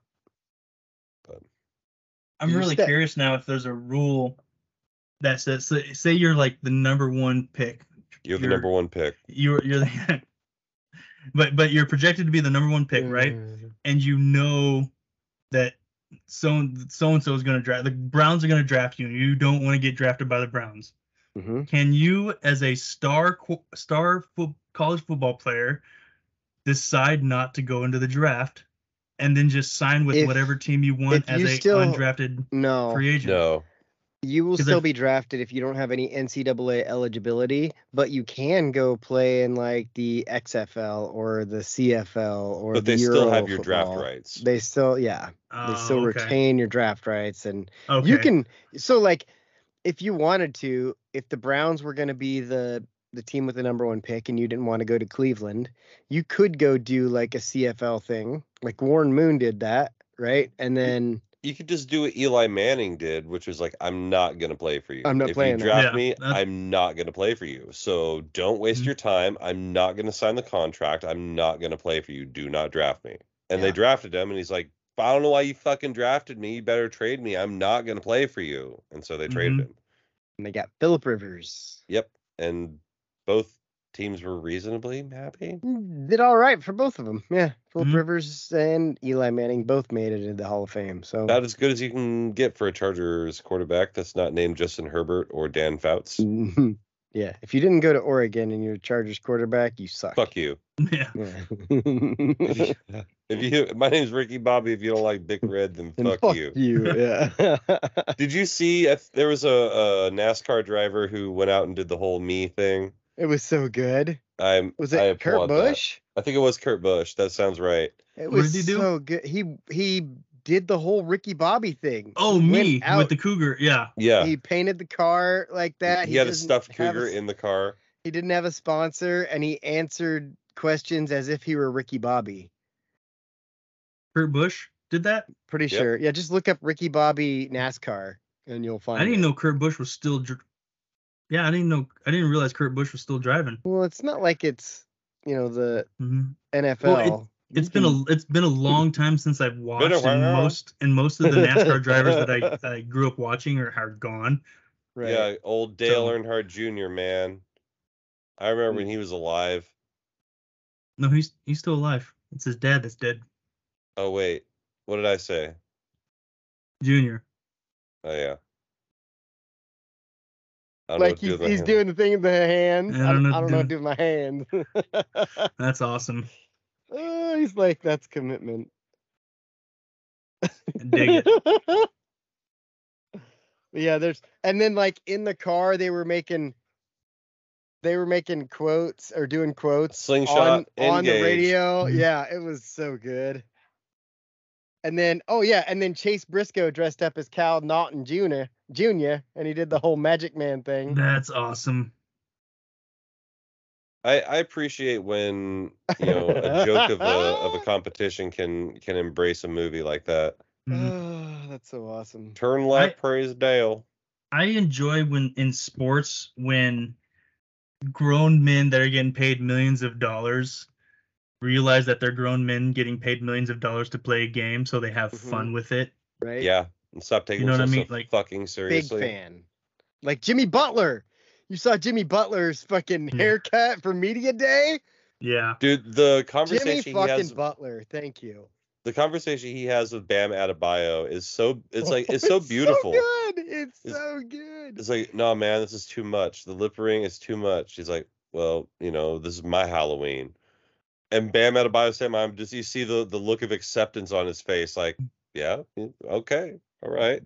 Speaker 3: You
Speaker 2: really
Speaker 3: said-
Speaker 2: curious now if there's a rule that says say, say you're like the number one pick.
Speaker 1: You're the
Speaker 2: You're-
Speaker 1: number one pick.
Speaker 2: You're you're the, but but you're projected to be the number one pick,
Speaker 3: Mm-hmm.
Speaker 2: right? And you know that so so and so is going to draft the Browns are going to draft you, and you don't want to get drafted by the Browns.
Speaker 3: Mm-hmm.
Speaker 2: Can you, as a star qu- star fo- college football player, decide not to go into the draft, and then just sign with
Speaker 3: If-
Speaker 2: whatever team you want
Speaker 3: if
Speaker 2: as
Speaker 3: you
Speaker 2: a
Speaker 3: still-
Speaker 2: undrafted
Speaker 3: No,
Speaker 2: free agent?
Speaker 1: No,
Speaker 3: you will
Speaker 2: 'Cause
Speaker 3: still
Speaker 2: if-
Speaker 3: be drafted if you don't have any NCAA eligibility, but you can go play in like the XFL or the CFL or
Speaker 1: but
Speaker 3: the
Speaker 1: they still have
Speaker 3: Euro
Speaker 1: your draft
Speaker 3: football.
Speaker 1: rights.
Speaker 3: They still, yeah, they
Speaker 2: Oh,
Speaker 3: still
Speaker 2: okay.
Speaker 3: retain your draft rights, and
Speaker 2: Okay.
Speaker 3: you can. So like, if you wanted to, if the Browns were going to be the the team with the number one pick, and you didn't want to go to Cleveland, you could go do like a CFL thing, like Warren Moon did that, right? And then
Speaker 1: You could just do what Eli Manning did, which was like, I'm not going to play for you.
Speaker 3: I'm not
Speaker 1: if
Speaker 3: playing
Speaker 1: you
Speaker 3: there."
Speaker 1: draft
Speaker 2: Yeah,
Speaker 1: me,
Speaker 2: that's-
Speaker 1: I'm not going to play for you. So don't waste
Speaker 2: Mhm.
Speaker 1: your time. I'm not going to sign the contract. I'm not going to play for you. Do not draft me. And they
Speaker 3: Yeah.
Speaker 1: drafted him, and he's like, I don't know why you fucking drafted me. You better trade me. I'm not going to play for you. And so they traded
Speaker 2: Mhm.
Speaker 1: him.
Speaker 3: and they got Philip Rivers.
Speaker 1: Yep. And both teams were reasonably happy.
Speaker 3: Oh. did all right for both of them. Yeah, Philip
Speaker 2: Mhm.
Speaker 3: Rivers and Eli Manning both made it into the Hall of Fame. So
Speaker 1: About as good as you can get for a Chargers quarterback that's not named Justin Herbert or Dan Fouts.
Speaker 3: Mhm. yeah, if you didn't go to Oregon and you're a Chargers quarterback, you suck.
Speaker 1: Fuck you.
Speaker 2: Yeah.
Speaker 3: Yeah.
Speaker 1: if you, my name's Ricky Bobby. If you don't like Big Red, then
Speaker 3: And
Speaker 1: fuck, you.
Speaker 3: Yeah.
Speaker 1: Did you see? if There was a, a NASCAR driver who went out and did the whole me thing.
Speaker 3: it was so good.
Speaker 1: I'm.
Speaker 3: Was
Speaker 1: I
Speaker 3: it Kurt
Speaker 1: applaud that.
Speaker 3: Busch?
Speaker 1: I think it was Kurt Busch. That sounds right.
Speaker 3: It
Speaker 2: What
Speaker 3: was
Speaker 2: did he do?
Speaker 3: so good. He he did the whole Ricky Bobby thing.
Speaker 2: Oh,
Speaker 3: He went
Speaker 2: me with
Speaker 3: out,
Speaker 2: the cougar. Yeah.
Speaker 1: Yeah.
Speaker 3: He painted the car like that.
Speaker 1: he, had a
Speaker 3: doesn't
Speaker 1: stuffed
Speaker 3: have a
Speaker 1: cougar
Speaker 3: s-
Speaker 1: in the car.
Speaker 3: He didn't have a sponsor, and he answered questions as if he were Ricky Bobby.
Speaker 2: Kurt Busch did that.
Speaker 3: Pretty
Speaker 1: Yep.
Speaker 3: sure. Yeah, just look up Ricky Bobby NASCAR and you'll find.
Speaker 2: I didn't
Speaker 3: it.
Speaker 2: know Kurt Busch was still. dr- Yeah, I didn't know. I didn't realize Kurt Busch was still driving.
Speaker 3: Well, it's not like it's you know the
Speaker 2: hmm
Speaker 3: NFL. You
Speaker 2: It's been
Speaker 3: can-
Speaker 2: a it's been a long time since I've watched and
Speaker 1: while.
Speaker 2: most and most of the NASCAR drivers that I, that I grew up watching are, are gone.
Speaker 3: right.
Speaker 1: Yeah. Old Dale
Speaker 2: So-
Speaker 1: Earnhardt Jr. Man, I remember
Speaker 3: Mm.
Speaker 1: when he was alive.
Speaker 2: No, he's he's still alive. It's his dad that's dead,
Speaker 1: Oh wait, what did I say?
Speaker 2: Junior.
Speaker 1: Oh yeah. I don't know what
Speaker 3: Like
Speaker 1: to do
Speaker 3: he's,
Speaker 1: with my
Speaker 3: he's
Speaker 1: hand.
Speaker 3: doing the thing in the hand.
Speaker 2: Yeah, I don't know
Speaker 3: I
Speaker 2: what
Speaker 3: don't
Speaker 2: to
Speaker 3: know what to do with my hand.
Speaker 2: That's awesome.
Speaker 3: Oh, he's like, that's commitment.
Speaker 2: I dig it.
Speaker 3: yeah, there's and then like in the car they were making they were making quotes or doing quotes
Speaker 1: slingshot
Speaker 3: on, on the
Speaker 1: engage.
Speaker 3: radio.
Speaker 1: Mm-hmm.
Speaker 2: Mhm.
Speaker 3: Yeah, it was so good. And then, oh yeah, and then Chase Briscoe dressed up as Cal Naughton Jr. Jr. and he did the whole Magic Man thing.
Speaker 2: That's awesome.
Speaker 1: I, I appreciate when you know a joke of a of a competition can can embrace a movie like that.
Speaker 2: Mhm.
Speaker 3: Oh, that's so awesome.
Speaker 1: Turn left,
Speaker 2: I-
Speaker 1: praise Dale.
Speaker 2: I enjoy when in sports when grown men that are getting paid millions of dollars realize that they're grown men getting paid millions of dollars to play a game, so they have fun with it.
Speaker 3: Right?
Speaker 1: Yeah, and stop taking
Speaker 2: You know what I
Speaker 1: yourself
Speaker 2: mean?
Speaker 1: so
Speaker 2: Like,
Speaker 1: fucking
Speaker 3: Big
Speaker 1: seriously.
Speaker 3: fan. Like Jimmy Butler. You saw Jimmy Butler's fucking
Speaker 2: Yeah.
Speaker 3: haircut for media day?
Speaker 2: Yeah.
Speaker 1: Dude, the
Speaker 3: Jimmy
Speaker 1: conversation he
Speaker 3: fucking
Speaker 1: has,
Speaker 3: Butler. Thank you.
Speaker 1: the conversation he has with Bam Adebayo is so it's like it's so beautiful.
Speaker 3: good. It's,
Speaker 1: It's-
Speaker 3: so good.
Speaker 1: it's like, no man, this is too much. The lip ring is too much. He's like, well, you know, this is my Halloween. And Bam Adebayo said, "I'm just you see the the look of acceptance on his face, like, yeah, okay, all right."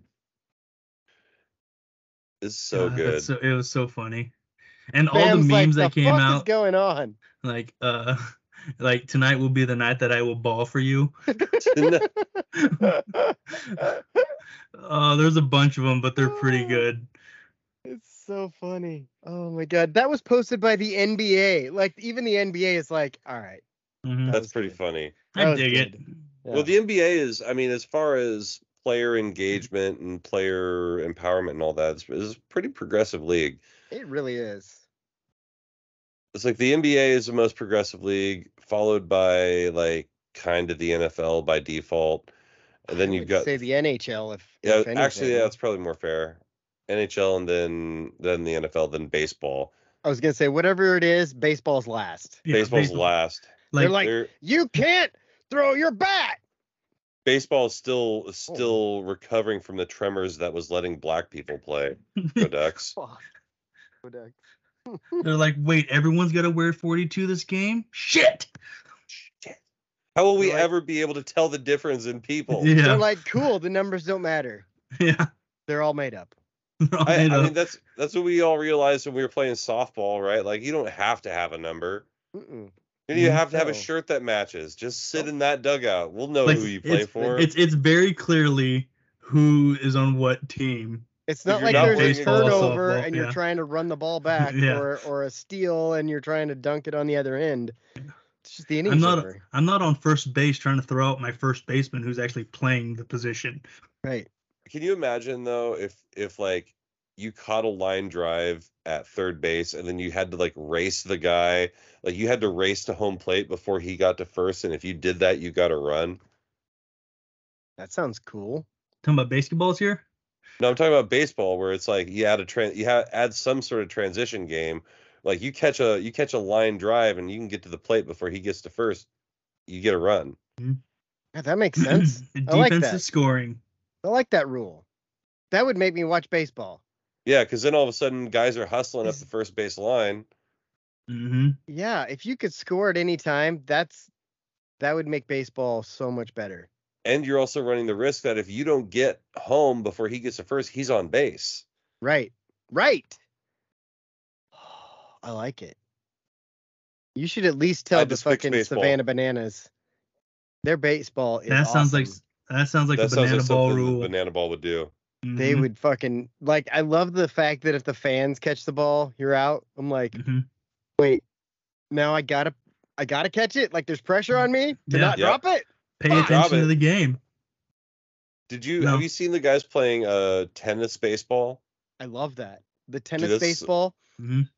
Speaker 1: It's so
Speaker 2: God,
Speaker 1: good.
Speaker 2: that's So, it was so funny. And all
Speaker 3: Bam's
Speaker 2: the
Speaker 3: like,
Speaker 2: memes that
Speaker 3: "The
Speaker 2: came
Speaker 3: fuck
Speaker 2: out,
Speaker 3: is going on?
Speaker 2: like uh like tonight will be the night that I will ball for you. Uh, there's a bunch of them, but they're pretty
Speaker 3: Mm.
Speaker 2: good.
Speaker 3: It's so funny. Oh my god, that was posted by the NBA. Like even the NBA is like, all right.
Speaker 2: Mhm.
Speaker 3: That
Speaker 1: That's
Speaker 3: was
Speaker 1: pretty
Speaker 3: good.
Speaker 1: funny.
Speaker 3: that
Speaker 2: I
Speaker 3: was
Speaker 2: dig
Speaker 3: good.
Speaker 2: it.
Speaker 1: Well, the NBA is, I mean, as far as player engagement and player empowerment and all that. It's, it's a pretty progressive league.
Speaker 3: It really is.
Speaker 1: It's like the NBA is the most progressive league, followed by like kind of the NFL by default, and then
Speaker 3: I
Speaker 1: you've
Speaker 3: would
Speaker 1: got
Speaker 3: say the NHL if,
Speaker 1: yeah.
Speaker 3: if anything.
Speaker 1: Actually, yeah, that's probably more fair. NHL and then then the NFL, then baseball.
Speaker 3: I was gonna say whatever it is, baseball's last.
Speaker 2: Yeah,
Speaker 1: Baseball's
Speaker 2: baseball.
Speaker 1: last.
Speaker 3: They're
Speaker 2: Like,
Speaker 3: like,
Speaker 1: They're-
Speaker 3: you can't throw your bat.
Speaker 1: baseball is still is
Speaker 3: Oh.
Speaker 1: still recovering from the tremors that was letting black people play. Go Ducks.
Speaker 3: Fuck. Go Ducks.
Speaker 2: they're like, wait, everyone's got to wear 42 this game? Shit.
Speaker 1: How will we
Speaker 3: Right.
Speaker 1: ever be able to tell the difference in people?
Speaker 2: Yeah.
Speaker 3: They're like, cool, the numbers don't matter.
Speaker 2: yeah.
Speaker 3: They're all made up.
Speaker 2: They're all
Speaker 1: I,
Speaker 2: made
Speaker 1: I
Speaker 2: up.
Speaker 1: mean, that's that's what we all realized when we were playing softball, right? Like, you don't have to have a number.
Speaker 3: Mm-mm.
Speaker 1: You don't even
Speaker 2: Mhm.
Speaker 1: have to have a
Speaker 3: No.
Speaker 1: shirt that matches. Just sit in that dugout. We'll know
Speaker 2: Oh. Like,
Speaker 1: who you play for.
Speaker 2: it's it's very clearly who is on what team.
Speaker 3: It's
Speaker 1: If
Speaker 3: not
Speaker 1: you're
Speaker 3: like
Speaker 1: not
Speaker 3: there's
Speaker 1: wearing
Speaker 3: a
Speaker 1: a-
Speaker 3: turnover
Speaker 2: Softball,
Speaker 3: and you're
Speaker 2: yeah.
Speaker 3: trying to run the ball back
Speaker 2: Yeah.
Speaker 3: or, or a steal and you're trying to dunk it on the other end. It's just the innings
Speaker 2: I'm not
Speaker 3: over.
Speaker 2: I'm not on first base trying to throw out my first baseman who's actually playing the position.
Speaker 3: Right.
Speaker 1: Can you imagine though if if like you caught a line drive at third base and then you had to like race the guy, like you had to race to home plate before he got to first, and if you did that, you got a run.
Speaker 3: That sounds cool.
Speaker 2: Talking about basketballs here?
Speaker 1: No, I'm talking about baseball where it's like you add a tran you ha- add some sort of transition game. Like you catch a you catch a line drive and you can get to the plate before he gets to first, you get a run.
Speaker 3: Yeah, that makes sense.
Speaker 2: Defense
Speaker 3: I like
Speaker 2: is
Speaker 3: that.
Speaker 2: scoring.
Speaker 3: I like that rule. That would make me watch baseball.
Speaker 1: Yeah, because then all of a sudden guys are hustling up
Speaker 3: Is-
Speaker 1: the first base line.
Speaker 2: hmm
Speaker 3: Yeah, if you could score at any time, that's that would make baseball so much better.
Speaker 1: And you're also running the risk that if you don't get home before he gets to first, he's on base.
Speaker 3: Right. Right. I like it. You should at least tell
Speaker 1: I
Speaker 3: the
Speaker 1: just fixed
Speaker 3: fucking
Speaker 1: baseball.
Speaker 3: Savannah Bananas. Their baseball is
Speaker 2: That sounds like
Speaker 3: awesome.
Speaker 2: that sounds like
Speaker 1: that
Speaker 2: the
Speaker 1: sounds
Speaker 2: banana
Speaker 1: like
Speaker 2: ball
Speaker 1: something
Speaker 2: rule.
Speaker 1: the banana ball would do.
Speaker 3: they
Speaker 2: Mhm,
Speaker 3: would fucking like I love the fact that if the fans catch the ball, you're out. I'm like,
Speaker 2: mhm.
Speaker 3: wait, now I gotta I gotta catch it. Like there's pressure on me to
Speaker 2: Yeah.
Speaker 3: not
Speaker 1: Yep.
Speaker 3: drop it.
Speaker 2: pay
Speaker 3: Rob
Speaker 2: attention
Speaker 1: it.
Speaker 2: to the game.
Speaker 1: Did you
Speaker 2: No.
Speaker 1: have you seen the guys playing uh tennis baseball?
Speaker 3: I love that. The tennis
Speaker 1: that's-
Speaker 3: baseball.
Speaker 2: Mhm.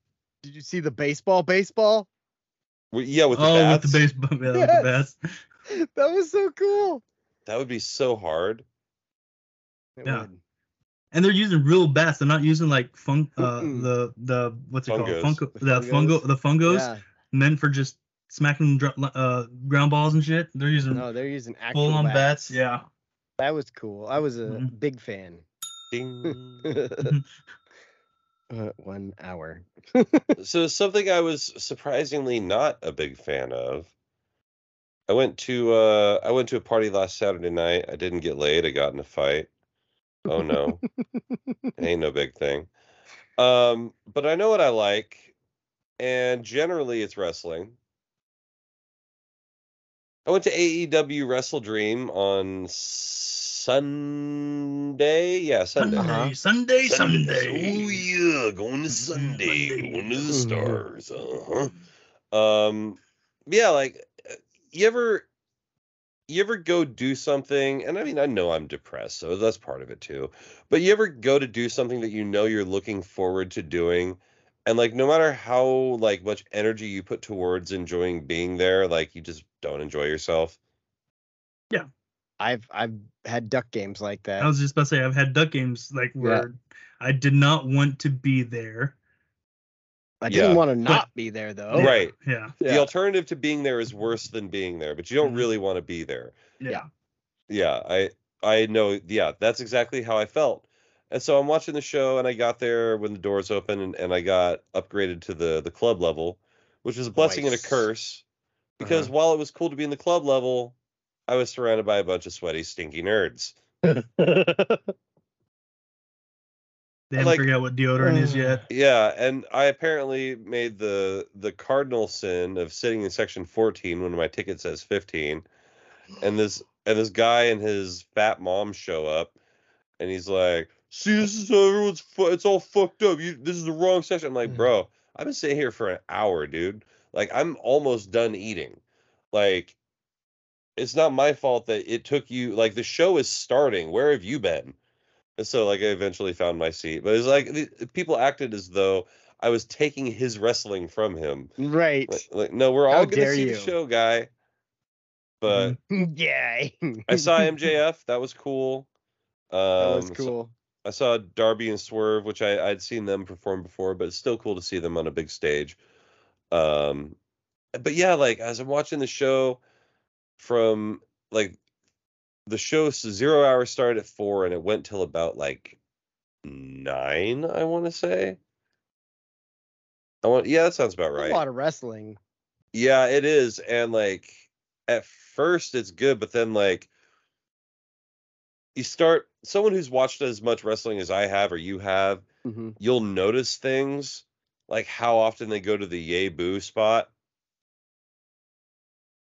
Speaker 3: Did you see the baseball baseball?
Speaker 1: Well, yeah, with the
Speaker 2: oh,
Speaker 1: bats.
Speaker 2: with the baseball, yeah, with the
Speaker 3: Yes.
Speaker 2: bats.
Speaker 3: that was so cool.
Speaker 1: That would be so hard.
Speaker 3: It
Speaker 2: Yeah.
Speaker 3: would.
Speaker 2: And they're using real bats. They're not using like fun, uh,
Speaker 3: Mm-mm.
Speaker 2: the the what's it
Speaker 1: Fungos.
Speaker 2: called? Funko,
Speaker 3: The
Speaker 2: the fungo,
Speaker 3: fungos.
Speaker 2: the fungos
Speaker 3: Yeah.
Speaker 2: meant for just smacking dr- uh, ground balls and shit. They're using
Speaker 3: No, they're using actual
Speaker 2: full on
Speaker 3: bats.
Speaker 2: bats. Yeah.
Speaker 3: That was cool. I was a
Speaker 2: Mhm.
Speaker 3: big fan.
Speaker 1: Ding.
Speaker 3: Uh, one hour.
Speaker 1: so something I was surprisingly not a big fan of. I went to uh I went to a party last Saturday night. I didn't get laid. I got in a fight. Oh no. It ain't no big thing. Um but I know what I like and generally it's wrestling. I went to AEW Wrestle Dream on Sunday. Yeah, Sunday.
Speaker 3: Uh-huh.
Speaker 2: Sunday, Sunday,
Speaker 1: Oh
Speaker 2: Sunday.
Speaker 1: yeah, going to Sunday,
Speaker 2: Monday.
Speaker 1: going
Speaker 2: Mm-hmm.
Speaker 1: to the
Speaker 3: Mhm.
Speaker 1: stars. Uh huh. Um, yeah, like uh, you ever, you ever go do something, and I mean, I know I'm depressed, so that's part of it too. But you ever go to do something that you know you're looking forward to doing, and like no matter how like much energy you put towards enjoying being there, like you just don't enjoy yourself.
Speaker 3: I've I've had duck games like that.
Speaker 2: I was just about to say I've had duck games like where I did not want to be there.
Speaker 3: I didn't
Speaker 1: yeah.
Speaker 3: want to not be there
Speaker 2: Oh,
Speaker 3: though.
Speaker 1: Right.
Speaker 2: Yeah.
Speaker 3: Yeah.
Speaker 1: The alternative to being there is worse than being there, but you don't
Speaker 2: Mhm.
Speaker 1: really want to be there.
Speaker 2: Yeah.
Speaker 1: yeah i i know yeah that's exactly how i felt and so i'm watching the show and i got there when the doors open and, and i got upgraded to the the club level which was a blessing and a
Speaker 3: Nice.
Speaker 1: curse because while it was cool to be in the club level i was surrounded by a bunch of sweaty stinky nerds
Speaker 2: They haven't
Speaker 1: Like-
Speaker 2: figured out what deodorant is yet.
Speaker 1: yeah and i apparently made the the cardinal sin of sitting in section 14 when my ticket says 15 and this and this guy and his fat mom show up and he's like see this is how everyone's fu- it's all fucked up you this is the wrong section i'm like
Speaker 3: Mhm.
Speaker 1: bro i've been sitting here for an hour dude like i'm almost done eating like it's not my fault that it took you like the show is starting. Where have you been? And so like I eventually found my seat, but it's like the, people acted as though I was taking his wrestling from him.
Speaker 3: Right.
Speaker 1: Like, like no, we're
Speaker 3: How
Speaker 1: all gonna
Speaker 3: dare
Speaker 1: see
Speaker 3: you. Mm-hmm.
Speaker 1: the show, guy. But
Speaker 3: yeah.
Speaker 1: I saw MJF. That was cool. Um,
Speaker 3: that was
Speaker 1: so-
Speaker 3: cool.
Speaker 1: I saw Darby and Swerve, which I, I'd seen them perform before, but it's still cool to see them on a big stage. Um, but yeah, like as I'm watching the show from like the show zero hour started at four and it went till about like nine, I want to say. I want, yeah, that sounds about right.
Speaker 3: A lot of wrestling.
Speaker 1: Yeah, it is. And like at first it's good, but then like you start someone who's watched as much wrestling as I have or you have,
Speaker 3: Mhm.
Speaker 1: you'll notice things like how often they go to the yay boo spot.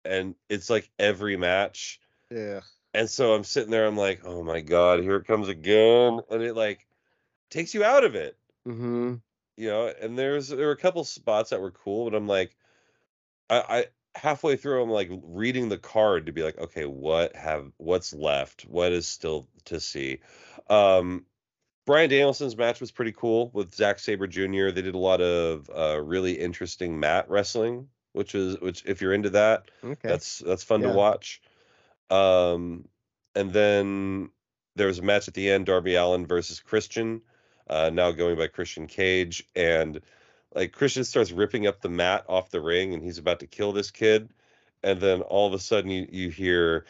Speaker 1: And it's like every match.
Speaker 3: Yeah.
Speaker 1: And so I'm sitting there, I'm like, oh my God, here it comes again. And it like takes you out of it
Speaker 3: Mm-hmm.
Speaker 1: you know and there's there were a couple spots that were cool but i'm like i i halfway through i'm like reading the card to be like okay what have what's left what is still to see um brian danielson's match was pretty cool with Zack sabre jr they did a lot of uh really interesting mat wrestling which is which if you're into that
Speaker 3: Okay.
Speaker 1: that's that's fun
Speaker 3: Yeah.
Speaker 1: to watch um and then there was a match at the end darby allen versus christian uh now going by christian cage and like christian starts ripping up the mat off the ring and he's about to kill this kid and then all of a sudden you you hear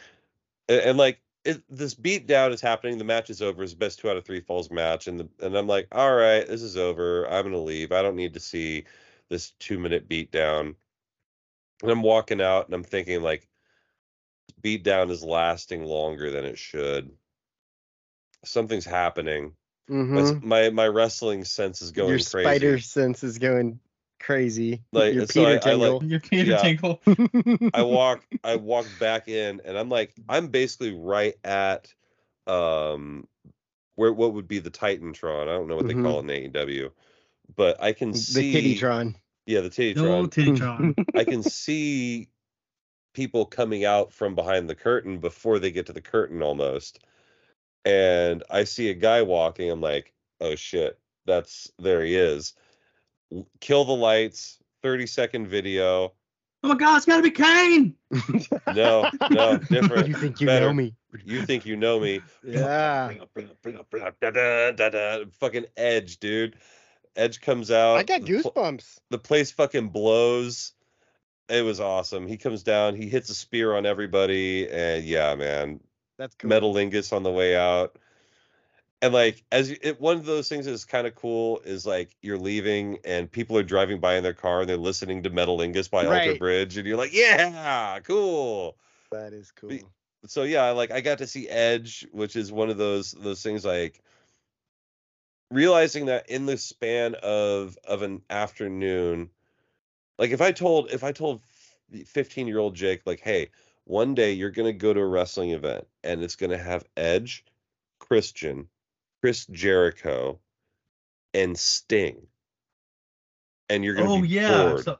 Speaker 1: and, and like it, this beat down is happening the match is over it's the best two out of three falls match and the, and i'm like all right this is over i'm gonna leave i don't need to see this two minute beat down and I'm walking out and I'm thinking like beatdown is lasting longer than it should. Something's happening. My-
Speaker 3: Mhm.
Speaker 1: My my wrestling sense is going
Speaker 3: Your
Speaker 1: crazy.
Speaker 3: spider sense is going crazy.
Speaker 1: Like,
Speaker 3: Your
Speaker 1: and so I-
Speaker 3: Peter
Speaker 1: I, like,
Speaker 3: tingle.
Speaker 2: Your Peter
Speaker 1: Yeah.
Speaker 2: Tinkle.
Speaker 1: I walk I walk back in and I'm like I'm basically right at um where what would be the Titantron. I don't know what
Speaker 3: Mhm.
Speaker 1: they call it in AEW, but I can
Speaker 3: the
Speaker 1: see
Speaker 3: kitty tron.
Speaker 1: Yeah, the Titantron.
Speaker 2: No Tintron.
Speaker 1: I can see people coming out from behind the curtain before they get to the curtain almost. And I see a guy walking. I'm like, oh shit, that's there he is. L- Kill the lights, 30 second video.
Speaker 2: Oh my God, it's gotta be Kane.
Speaker 1: No, no,
Speaker 3: You
Speaker 1: different.
Speaker 3: think you know
Speaker 1: Better.
Speaker 3: me?
Speaker 1: You think you know me.
Speaker 3: Yeah.
Speaker 1: Bring up, bring up, bring up, bring up, da, da, da, da. Fucking Edge, dude. Edge comes out.
Speaker 3: I got
Speaker 1: the pl-
Speaker 3: goosebumps.
Speaker 1: the place fucking blows. It was awesome. He comes down, he hits a spear on everybody, and yeah, man,
Speaker 3: That's cool.
Speaker 1: Metalingus on the way out. And like, as you- it, one of those things that's kind of cool is like you're leaving and people are driving by in their car and they're listening to Metalingus by
Speaker 3: Right.
Speaker 1: Alter Bridge, and you're like, yeah, cool.
Speaker 3: That is cool.
Speaker 1: Be- So yeah, I like I got to see Edge, which is one of those those things like realizing that in the span of of an afternoon like if i told if i told 15 year old jake like hey one day you're going to go to a wrestling event and it's going to have edge christian chris jericho and sting and you're going to
Speaker 2: Oh
Speaker 1: be
Speaker 2: yeah.
Speaker 1: bored
Speaker 2: So-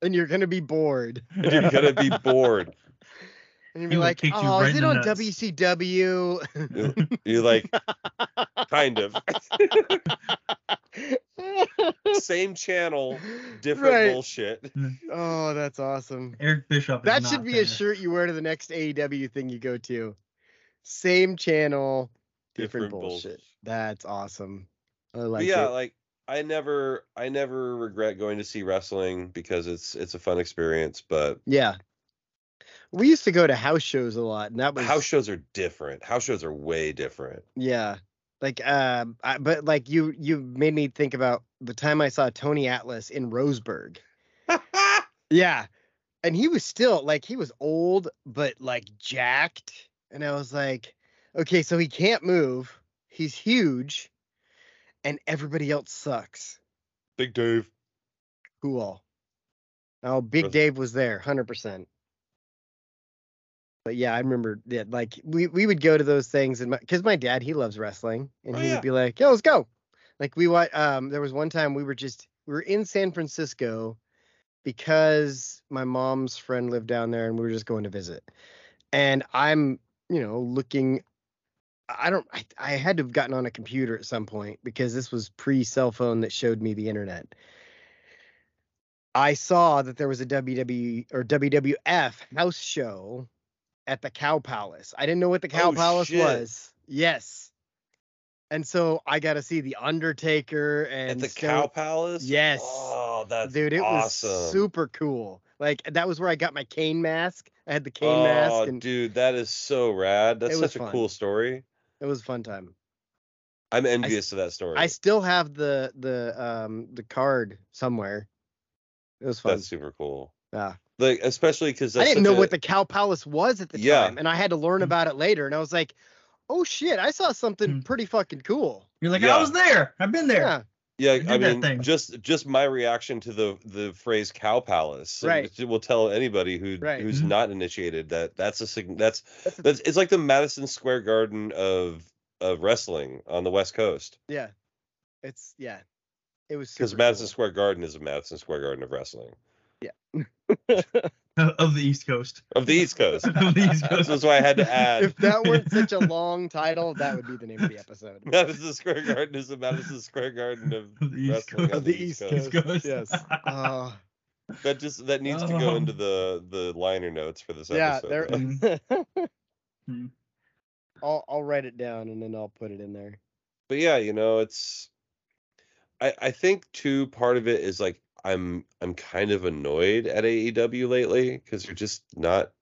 Speaker 3: And you're gonna be bored.
Speaker 1: you're going to be bored
Speaker 3: And you'll
Speaker 2: He
Speaker 3: be
Speaker 2: would
Speaker 3: like,
Speaker 2: kick you
Speaker 3: oh,
Speaker 2: right
Speaker 3: is
Speaker 2: in
Speaker 3: it
Speaker 2: the
Speaker 3: on
Speaker 2: nuts."
Speaker 3: WCW?
Speaker 1: you're like kind of same channel different
Speaker 3: Right.
Speaker 1: bullshit
Speaker 3: Oh, that's awesome.
Speaker 2: Eric Bischoff. is
Speaker 3: That
Speaker 2: not
Speaker 3: should be
Speaker 2: there.
Speaker 3: a shirt you wear to the next AEW thing you go to. Same channel, different,
Speaker 1: Different
Speaker 3: bullshit.
Speaker 1: bullshit.
Speaker 3: That's awesome. I like
Speaker 1: but yeah,
Speaker 3: it.
Speaker 1: like I never I never regret going to see wrestling because it's it's a fun experience, but
Speaker 3: Yeah. We used to go to house shows a lot, and that was
Speaker 1: house shows are different. House shows are way different.
Speaker 3: Yeah. Like um I, but like you you made me think about the time I saw Tony Atlas in Roseburg. Yeah. And he was still like he was old but like jacked and I was like okay so he can't move. He's huge and everybody else sucks.
Speaker 1: Big Dave.
Speaker 3: Cool. Oh, Big
Speaker 1: Rose-
Speaker 3: Dave was there 100%. But yeah, I remember that like we we would go to those things and my, cuz my dad he loves wrestling and
Speaker 1: Oh,
Speaker 3: he
Speaker 1: yeah.
Speaker 3: would be like, "Yo, let's go." Like we wa- um there was one time we were just we were in San Francisco because my mom's friend lived down there and we were just going to visit. And I'm, you know, looking I don't I, I had to have gotten on a computer at some point because this was pre cell phone that showed me the internet. I saw that there was a WWE or WWF house show at the Cow Palace. I didn't know what the Cow
Speaker 1: Oh,
Speaker 3: Palace
Speaker 1: shit.
Speaker 3: was. Yes. And so I got to see the Undertaker and
Speaker 1: At the
Speaker 3: Stone-
Speaker 1: Cow Palace?
Speaker 3: Yes.
Speaker 1: Oh, that's
Speaker 3: dude it
Speaker 1: awesome.
Speaker 3: was super cool like that was where i got my cane mask i had the cane
Speaker 1: oh,
Speaker 3: mask and
Speaker 1: dude, that is so rad. That's
Speaker 3: It was
Speaker 1: such a
Speaker 3: fun.
Speaker 1: cool story.
Speaker 3: it was a fun time
Speaker 1: I'm envious of that story.
Speaker 3: i still have the the um the card somewhere it was fun
Speaker 1: that's super cool.
Speaker 3: Yeah.
Speaker 1: Like especially because
Speaker 3: i didn't know what the cow palace was at the
Speaker 1: Yeah. Mm-hmm.
Speaker 3: time and i had to learn
Speaker 2: Mhm.
Speaker 3: about it later and i was like oh shit i saw something
Speaker 2: Mhm.
Speaker 3: pretty fucking cool
Speaker 2: You're like,
Speaker 1: Yeah.
Speaker 2: I was there. I've been there.
Speaker 3: yeah
Speaker 1: Yeah,
Speaker 2: did
Speaker 1: I
Speaker 2: that
Speaker 1: mean,
Speaker 2: thing.
Speaker 1: just just my reaction to the the phrase "cow palace"
Speaker 3: Right.
Speaker 1: it will tell anybody who
Speaker 3: Right.
Speaker 1: who's
Speaker 2: Mhm.
Speaker 1: not initiated that that's a sig- that's
Speaker 3: that's a-
Speaker 1: that's it's like the Madison Square Garden of of wrestling on the West Coast
Speaker 3: yeah it's yeah it was
Speaker 1: because
Speaker 3: super
Speaker 1: Madison
Speaker 3: cool.
Speaker 1: Square Garden is a Madison Square Garden of wrestling
Speaker 2: Of the East Coast.
Speaker 1: of the East Coast.
Speaker 2: of the East
Speaker 1: this
Speaker 2: Coast.
Speaker 1: is why I had to add
Speaker 3: if that weren't such a long title that would be the name of the episode
Speaker 1: Madison Square Garden is a Madison Square Garden of
Speaker 2: Of the East
Speaker 1: wrestling
Speaker 2: Coast.
Speaker 1: on the East Coast.
Speaker 2: East Coast.
Speaker 3: yes uh,
Speaker 1: That just that needs to go
Speaker 2: Um,
Speaker 1: into the the liner notes for this
Speaker 3: yeah,
Speaker 1: episode.
Speaker 3: there-
Speaker 1: though.
Speaker 2: Mhm. Mhm.
Speaker 3: I'll I'll write it down and then I'll put it in there.
Speaker 1: but yeah, you know, it's I I think too part of it is like I'm I'm kind of annoyed at AEW lately because they're just not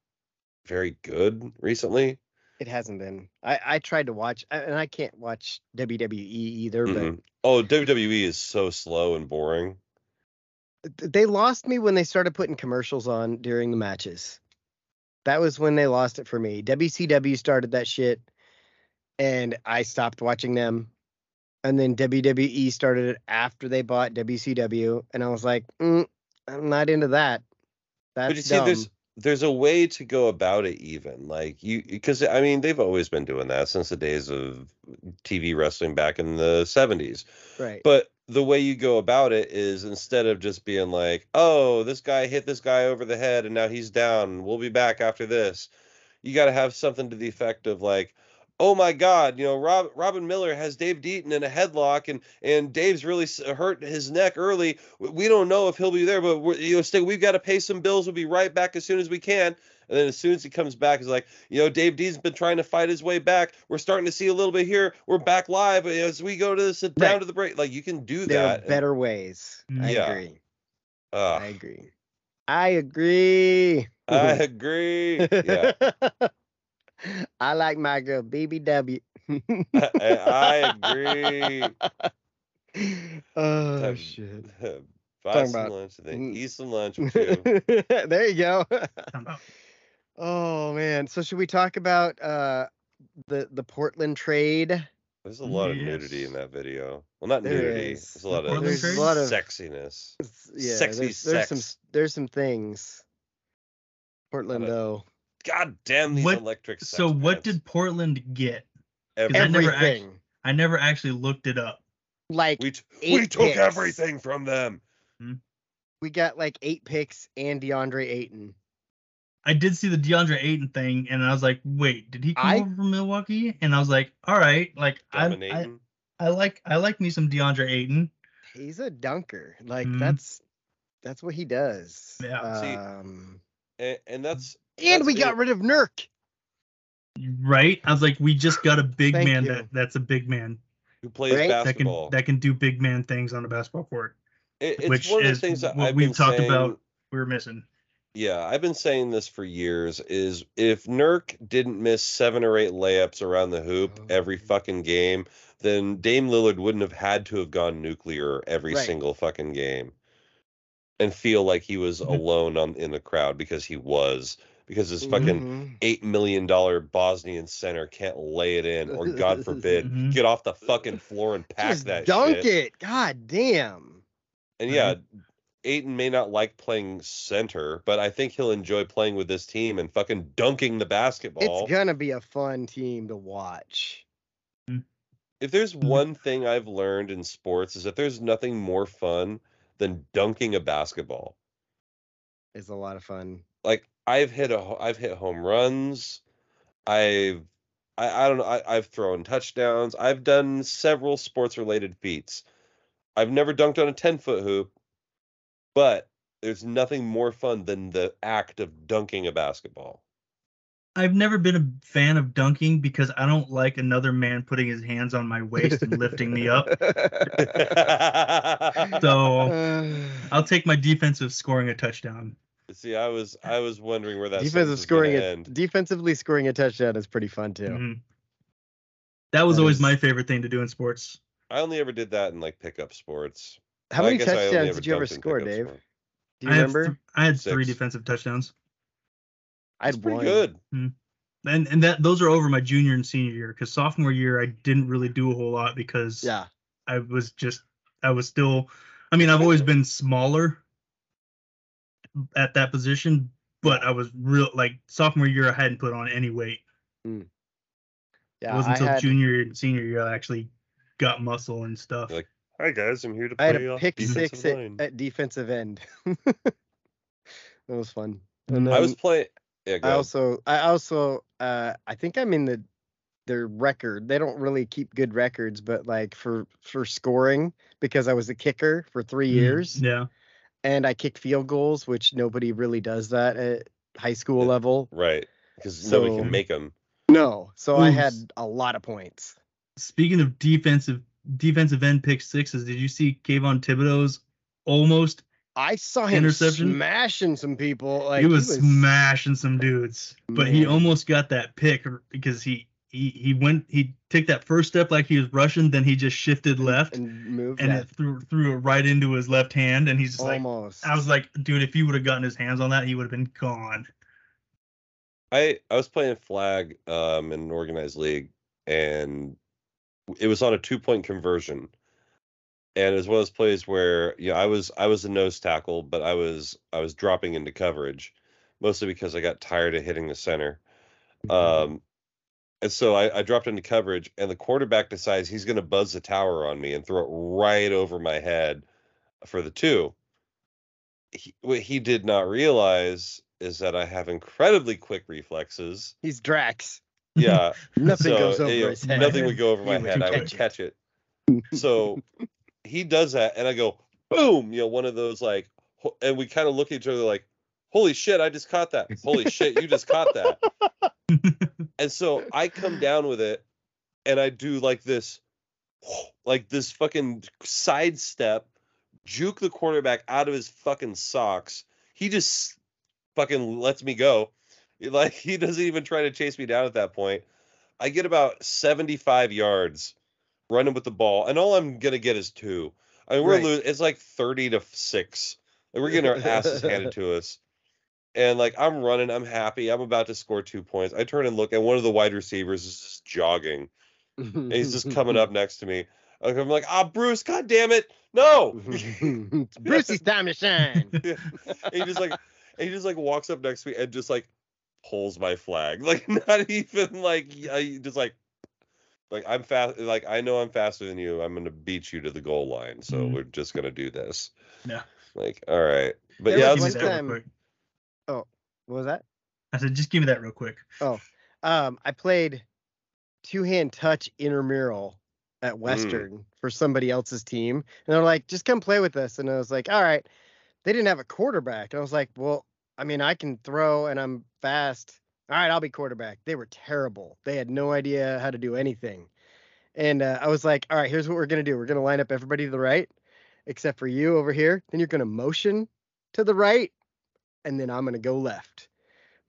Speaker 1: very good recently.
Speaker 3: It hasn't been. I I tried to watch I- and I can't watch WWE either,
Speaker 1: Mhm. Oh, WWE is so slow and boring.
Speaker 3: but th- they lost me when they started putting commercials on during the matches. That was when they lost it for me. WCW started that shit and I stopped watching them. And then WWE started it after they bought WCW and I was like, mm, I'm not into that. That's
Speaker 1: but you see, there's
Speaker 3: dumb.
Speaker 1: there's a way to go about it even like you because i mean they've always been doing that since the days of tv wrestling back in the 70s
Speaker 3: right.
Speaker 1: But the way you go about it is instead of just being like, oh, this guy hit this guy over the head and now he's down. We'll be back after this. You got to have something to the effect of like, oh my God, you know, Rob, Robin Miller has Dave Deaton in a headlock and and Dave's really s- hurt his neck early. We- We don't know if he'll be there, but we're, you know, still, we've got to pay some bills. We'll be right back as soon as we can. And then as soon as he comes back, he's like, you know, Dave Dean's been trying to fight his way back. We're starting to see a little bit here. We're back live as we go to this down
Speaker 3: Right.
Speaker 1: to the break. Like you can do
Speaker 3: there
Speaker 1: that. uh,
Speaker 3: are better ways. I
Speaker 1: Yeah.
Speaker 3: agree. I
Speaker 1: Ugh,
Speaker 3: agree. I agree.
Speaker 1: I agree. Yeah,
Speaker 3: I like my girl BBW.
Speaker 1: I, I agree.
Speaker 3: oh
Speaker 1: Have-
Speaker 3: shit.
Speaker 1: Buy
Speaker 3: Talking
Speaker 1: some
Speaker 3: about-
Speaker 1: lunch and then
Speaker 3: Mm.
Speaker 1: eat some lunch with you.
Speaker 3: there you go.
Speaker 2: Somehow.
Speaker 3: Oh man. So should we talk about uh the the Portland trade?
Speaker 1: There's a lot of nudity in
Speaker 2: Yes.
Speaker 1: that video. Well, not
Speaker 3: There
Speaker 1: nudity.
Speaker 3: is.
Speaker 1: There's a lot of
Speaker 2: Portland
Speaker 3: There's
Speaker 2: trade?
Speaker 3: a lot of
Speaker 1: sexiness.
Speaker 3: s- yeah,
Speaker 1: sexy
Speaker 3: there's, there's some
Speaker 1: sex.
Speaker 3: there's some things. Portland
Speaker 1: Gotta-
Speaker 3: though.
Speaker 1: God damn these
Speaker 2: What-
Speaker 1: electric.
Speaker 2: So
Speaker 1: sex
Speaker 2: what
Speaker 1: pants.
Speaker 2: did Portland get? I
Speaker 1: Every-
Speaker 2: never
Speaker 3: Everything.
Speaker 2: act- I never actually looked it up.
Speaker 3: like
Speaker 1: we t-
Speaker 3: eight
Speaker 1: we took
Speaker 3: picks.
Speaker 1: everything from them?
Speaker 3: we got like eight picks and DeAndre Ayton.
Speaker 2: I did see the DeAndre Ayton thing, and I was like, wait, did he come
Speaker 3: I-
Speaker 2: over from Milwaukee? And I was like, all right, like I, I
Speaker 1: Dominating.
Speaker 2: I like I like me some DeAndre Ayton.
Speaker 3: He's a dunker. Like
Speaker 2: Mhm.
Speaker 3: that's that's what he does.
Speaker 2: Yeah.
Speaker 1: See,
Speaker 3: Um,
Speaker 1: and, and that's
Speaker 3: and we
Speaker 1: that's
Speaker 3: got
Speaker 1: it.
Speaker 3: rid of Nurk.
Speaker 2: Right? I was like, we just got a big
Speaker 3: Thank
Speaker 2: man
Speaker 3: you.
Speaker 2: that that's a big man
Speaker 1: who plays
Speaker 3: Right?
Speaker 2: that
Speaker 3: That
Speaker 1: basketball.
Speaker 2: can that can do big man things on the basketball court.
Speaker 1: It- it's
Speaker 2: which
Speaker 1: one of the
Speaker 2: is
Speaker 1: things that
Speaker 2: what
Speaker 1: I've
Speaker 2: we've
Speaker 1: been
Speaker 2: talked
Speaker 1: saying-
Speaker 2: about. We were missing.
Speaker 1: Yeah, I've been saying this for years. Is if Nurk didn't miss seven or eight layups around the hoop
Speaker 3: Oh.
Speaker 1: every fucking game, then Dame Lillard wouldn't have had to have gone nuclear every
Speaker 3: Right.
Speaker 1: single fucking game, and feel like he was
Speaker 2: Mhm.
Speaker 1: alone on in the crowd because he was because his fucking
Speaker 3: Mhm.
Speaker 1: eight million dollar Bosnian center can't lay it in, or God forbid,
Speaker 2: Mhm.
Speaker 1: get off the fucking floor and pack
Speaker 3: Just
Speaker 1: that
Speaker 3: dunk
Speaker 1: shit.
Speaker 3: it. God damn.
Speaker 1: And yeah, Aiton may not like playing center, but I think he'll enjoy playing with this team and fucking dunking the basketball.
Speaker 3: It's gonna be a fun team to watch.
Speaker 1: if there's one thing I've learned in sports is that there's nothing more fun than dunking a basketball.
Speaker 3: is a lot of fun.
Speaker 1: like I've hit a ho- I've hit home runs. I've I, I don't know. I, I've thrown touchdowns. I've done several sports related feats. I've never dunked on a ten foot hoop, but there's nothing more fun than the act of dunking a basketball.
Speaker 2: I've never been a fan of dunking because I don't like another man putting his hands on my waist and lifting me up.
Speaker 3: Uh,
Speaker 2: So I'll take my defensive scoring a touchdown.
Speaker 1: See, I was I was wondering where that
Speaker 3: defensive scoring a, defensively scoring a touchdown is pretty fun too.
Speaker 2: Mhm. That was
Speaker 1: That
Speaker 2: always
Speaker 1: is-
Speaker 2: my favorite thing to do in sports.
Speaker 1: I only ever did that in like pickup sports.
Speaker 3: How
Speaker 1: Well, I
Speaker 3: many
Speaker 1: guess I only
Speaker 3: touchdowns did you ever
Speaker 1: dunked in
Speaker 3: score,
Speaker 1: pickup
Speaker 3: Dave?
Speaker 1: sport.
Speaker 3: Do you
Speaker 2: I had
Speaker 3: remember?
Speaker 2: th- I had three
Speaker 1: Six.
Speaker 2: defensive touchdowns,
Speaker 3: I
Speaker 1: It's
Speaker 3: had
Speaker 1: pretty
Speaker 3: one.
Speaker 1: good.
Speaker 2: and and that those are over my junior and senior year. Because sophomore year I didn't really do a whole lot because
Speaker 3: Yeah.
Speaker 2: I was just I was still I mean I've always been smaller at that position, but I was real like sophomore year I hadn't put on any weight.
Speaker 3: Yeah.
Speaker 2: it wasn't
Speaker 3: I
Speaker 2: until
Speaker 3: had,
Speaker 2: junior and senior year I actually got muscle and stuff.
Speaker 1: Like- Hi guys, I'm here to
Speaker 3: I had
Speaker 1: play
Speaker 3: a
Speaker 1: off
Speaker 3: pick
Speaker 1: defensive
Speaker 3: six at,
Speaker 1: line.
Speaker 3: at defensive end. that was fun.
Speaker 2: Mm.
Speaker 3: And then
Speaker 1: I was playing. Yeah, go
Speaker 3: I
Speaker 1: ahead.
Speaker 3: also I also uh I think I'm in the their record. They don't really keep good records, but like for for scoring because I was a kicker for 3
Speaker 2: Mm,
Speaker 3: years
Speaker 2: Yeah.
Speaker 3: and I kicked field goals, which nobody really does that at high school
Speaker 1: Yeah.
Speaker 3: level.
Speaker 1: right because nobody
Speaker 3: So-
Speaker 1: can make them.
Speaker 3: No. So I
Speaker 2: Ooh.
Speaker 3: had a lot of points.
Speaker 2: Speaking of defensive defensive end pick sixes, did you see Kayvon Thibodeau's almost
Speaker 3: I saw him
Speaker 2: Interception?
Speaker 3: smashing some people. Like
Speaker 2: he was smashing some dudes, but he
Speaker 3: Man.
Speaker 2: almost got that pick because he he he went he took that first step like he was rushing, then he just shifted left and,
Speaker 3: and moved that
Speaker 2: it threw threw it right into his left hand, and he's just like,
Speaker 3: almost.
Speaker 2: I was like, dude, if he would have gotten his hands on that, he would have been gone.
Speaker 1: I I was playing flag um in an organized league and it was on a two point conversion, and it was one of those plays where you know I was I was a nose tackle but I was I was dropping into coverage, mostly because I got tired of hitting the center, um, and so I, I dropped into coverage and the quarterback decides he's going to buzz the tower on me and throw it right over my head for the two. He, what he did not realize is that I have incredibly quick reflexes.
Speaker 3: He's Drax.
Speaker 1: Yeah.
Speaker 3: Nothing
Speaker 1: so,
Speaker 3: goes over
Speaker 1: you know,
Speaker 3: his head.
Speaker 1: Nothing would go over my
Speaker 3: He would
Speaker 1: head. I would
Speaker 3: catch
Speaker 1: catch it. So he does that, and I go, boom, you know, one of those like, ho- and we kind of look at each other like, holy shit, I just caught that. Holy shit, you just caught that. and so I come down with it, and I do like this, like this fucking sidestep, juke the quarterback out of his fucking socks. He just fucking lets me go. Like he doesn't even try to chase me down at that point. I get about 75 yards running with the ball, and all I'm gonna get is two. I mean, we're
Speaker 3: Right.
Speaker 1: losing. It's like 30 to six. Like, we're getting our asses handed to us. And like I'm running, I'm happy. I'm about to score two points. I turn and look, and one of the wide receivers is just jogging. And he's just coming
Speaker 2: Mm-hmm.
Speaker 1: up next to me. I'm like, ah, Bruce, god damn it, no!
Speaker 2: Mm-hmm.
Speaker 3: it's Brucey's time to shine.
Speaker 1: Yeah. and he just like and he just like walks up next to me and just like pulls my flag like not even like I just like like i'm fast like i know i'm faster than you i'm gonna beat you to the goal line so
Speaker 2: Mhm.
Speaker 1: we're just gonna do this
Speaker 2: Yeah.
Speaker 1: like all right but
Speaker 3: There
Speaker 1: yeah I
Speaker 3: was
Speaker 1: was,
Speaker 2: Give me
Speaker 3: one
Speaker 2: that real
Speaker 3: time-
Speaker 2: quick.
Speaker 3: What was that?
Speaker 2: I said, just give me that real quick.
Speaker 3: Um, I played two hand touch intramural at Western for somebody else's team, and they're like, "Just come play with us." And I was like, "All right." They didn't have a quarterback, and I was like, "Well, I mean, I can throw and I'm fast. All right, I'll be quarterback." They were terrible. They had no idea how to do anything, and uh, I was like, "All right, here's what we're gonna do. We're gonna line up everybody to the right, except for you over here. Then you're gonna motion to the right, and then I'm gonna go left."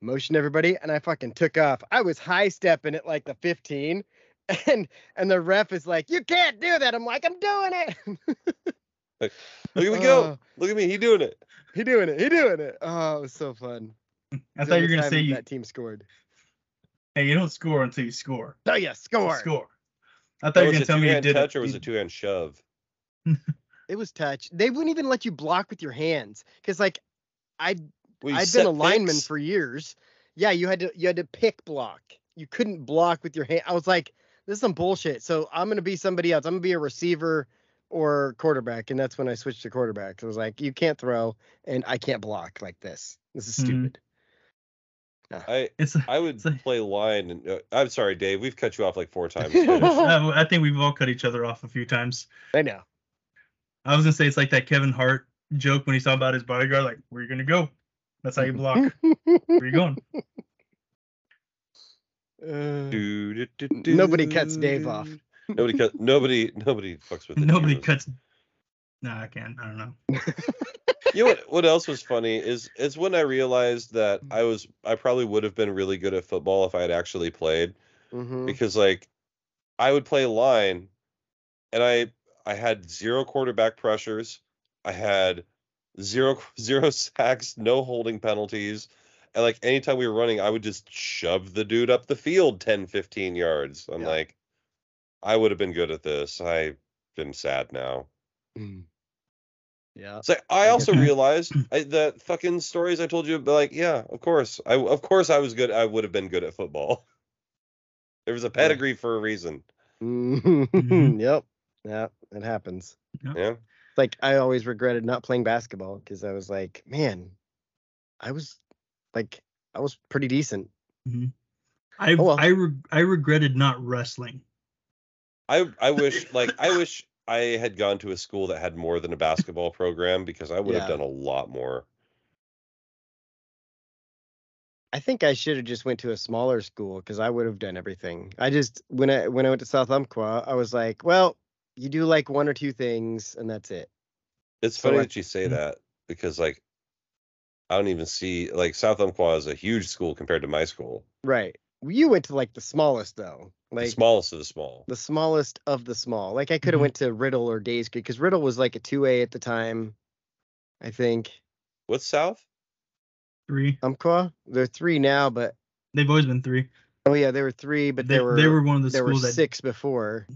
Speaker 3: motion everybody and I fucking took off. I was high stepping at like the 15 and and the ref is like, "You can't do that." I'm like, "I'm doing it."
Speaker 1: look at me go
Speaker 3: Uh,
Speaker 1: look at me he doing it
Speaker 3: he doing it. He doing it. Oh, it was so fun.
Speaker 2: I
Speaker 3: It's
Speaker 2: thought you
Speaker 3: every
Speaker 2: were gonna
Speaker 3: time
Speaker 2: say, you,
Speaker 3: that team scored.
Speaker 2: hey, you don't score until you score.
Speaker 3: Oh yeah, score.
Speaker 2: Score. I
Speaker 1: Oh,
Speaker 2: thought you were
Speaker 1: was
Speaker 2: gonna
Speaker 1: it
Speaker 2: tell me you
Speaker 1: two-hand
Speaker 2: did
Speaker 1: touch
Speaker 2: it.
Speaker 1: or was it two-hand shove
Speaker 3: It was touch. They wouldn't even let you block with your hands cuz like I
Speaker 1: well, you
Speaker 3: I'd
Speaker 1: set
Speaker 3: been a lineman
Speaker 1: picks?
Speaker 3: for years. Yeah, you had to you had to pick block. You couldn't block with your hand. I was like, this is some bullshit. So I'm gonna be somebody else. I'm gonna be a receiver or quarterback, and that's when I switched to quarterback. It was like you can't throw and I can't block like this. This is
Speaker 2: Mhm.
Speaker 3: stupid.
Speaker 1: I
Speaker 2: It's.
Speaker 1: I would
Speaker 2: It's like-
Speaker 1: play line. And, uh, I'm sorry, Dave. We've cut you off like four times. Finish.
Speaker 2: uh, I think we've all cut each other off a few times.
Speaker 3: I know.
Speaker 2: I was gonna say it's like that Kevin Hart joke when he saw about his bodyguard, like, "Where you gonna go? That's how you block. Where you going?"
Speaker 3: Uh,
Speaker 1: Do, do, do,
Speaker 3: Nobody
Speaker 1: do,
Speaker 3: cuts Dave off.
Speaker 1: do. Nobody cut. Nobody. Nobody fucks with. The
Speaker 2: Nobody
Speaker 1: Divas.
Speaker 2: cuts. No, I can't. I don't know.
Speaker 1: You know what? What else was funny is is when I realized that I was I probably would have been really good at football if I had actually played
Speaker 3: mhm.
Speaker 1: because like I would play line, and I I had zero quarterback pressures. I had zero zero sacks, no holding penalties. And like anytime we were running, I would just shove the dude up the field 10, 15 yards. I'm
Speaker 3: Yeah.
Speaker 1: like, I would have been good at this. I am sad now.
Speaker 3: Mm. Yeah.
Speaker 1: So I
Speaker 3: I
Speaker 1: also
Speaker 2: get that.
Speaker 1: realized I, the fucking stories I told you, but like, yeah, of course, I of course I was good. I would have been good at football. There was a pedigree for a reason.
Speaker 3: Mhm. yep. Yeah, it happens.
Speaker 1: Yeah.
Speaker 3: Like I always regretted not playing basketball because I was like, man, I was like I was pretty decent.
Speaker 2: I
Speaker 3: Oh, well.
Speaker 2: I reg I regretted not wrestling.
Speaker 1: I I wish like I wish I had gone to a school that had more than a basketball program because I would have
Speaker 3: Yeah.
Speaker 1: done a lot more.
Speaker 3: I think I should have just went to a smaller school because I would have done everything. I just when I when I went to South Umpqua, I was like, well, you do like one or two things and that's it.
Speaker 1: It's
Speaker 3: So,
Speaker 1: funny
Speaker 3: like-
Speaker 1: that you say that because like I don't even see like South Umpqua is a huge school compared to my school.
Speaker 3: Right. You went to like the smallest though.
Speaker 1: The
Speaker 3: Like
Speaker 1: smallest of the small.
Speaker 3: the smallest of the small. Like I could
Speaker 1: Mm-hmm.
Speaker 3: have
Speaker 2: Mhm.
Speaker 3: went to Riddle or Days because Riddle was like a two A at the time, I think.
Speaker 1: What's South?
Speaker 2: Three.
Speaker 3: Umpqua, they're three now, but
Speaker 2: They've always been three.
Speaker 3: oh yeah, they were three, but
Speaker 2: they,
Speaker 3: they, were
Speaker 2: they were one of the
Speaker 3: there were
Speaker 2: schools that
Speaker 3: six before.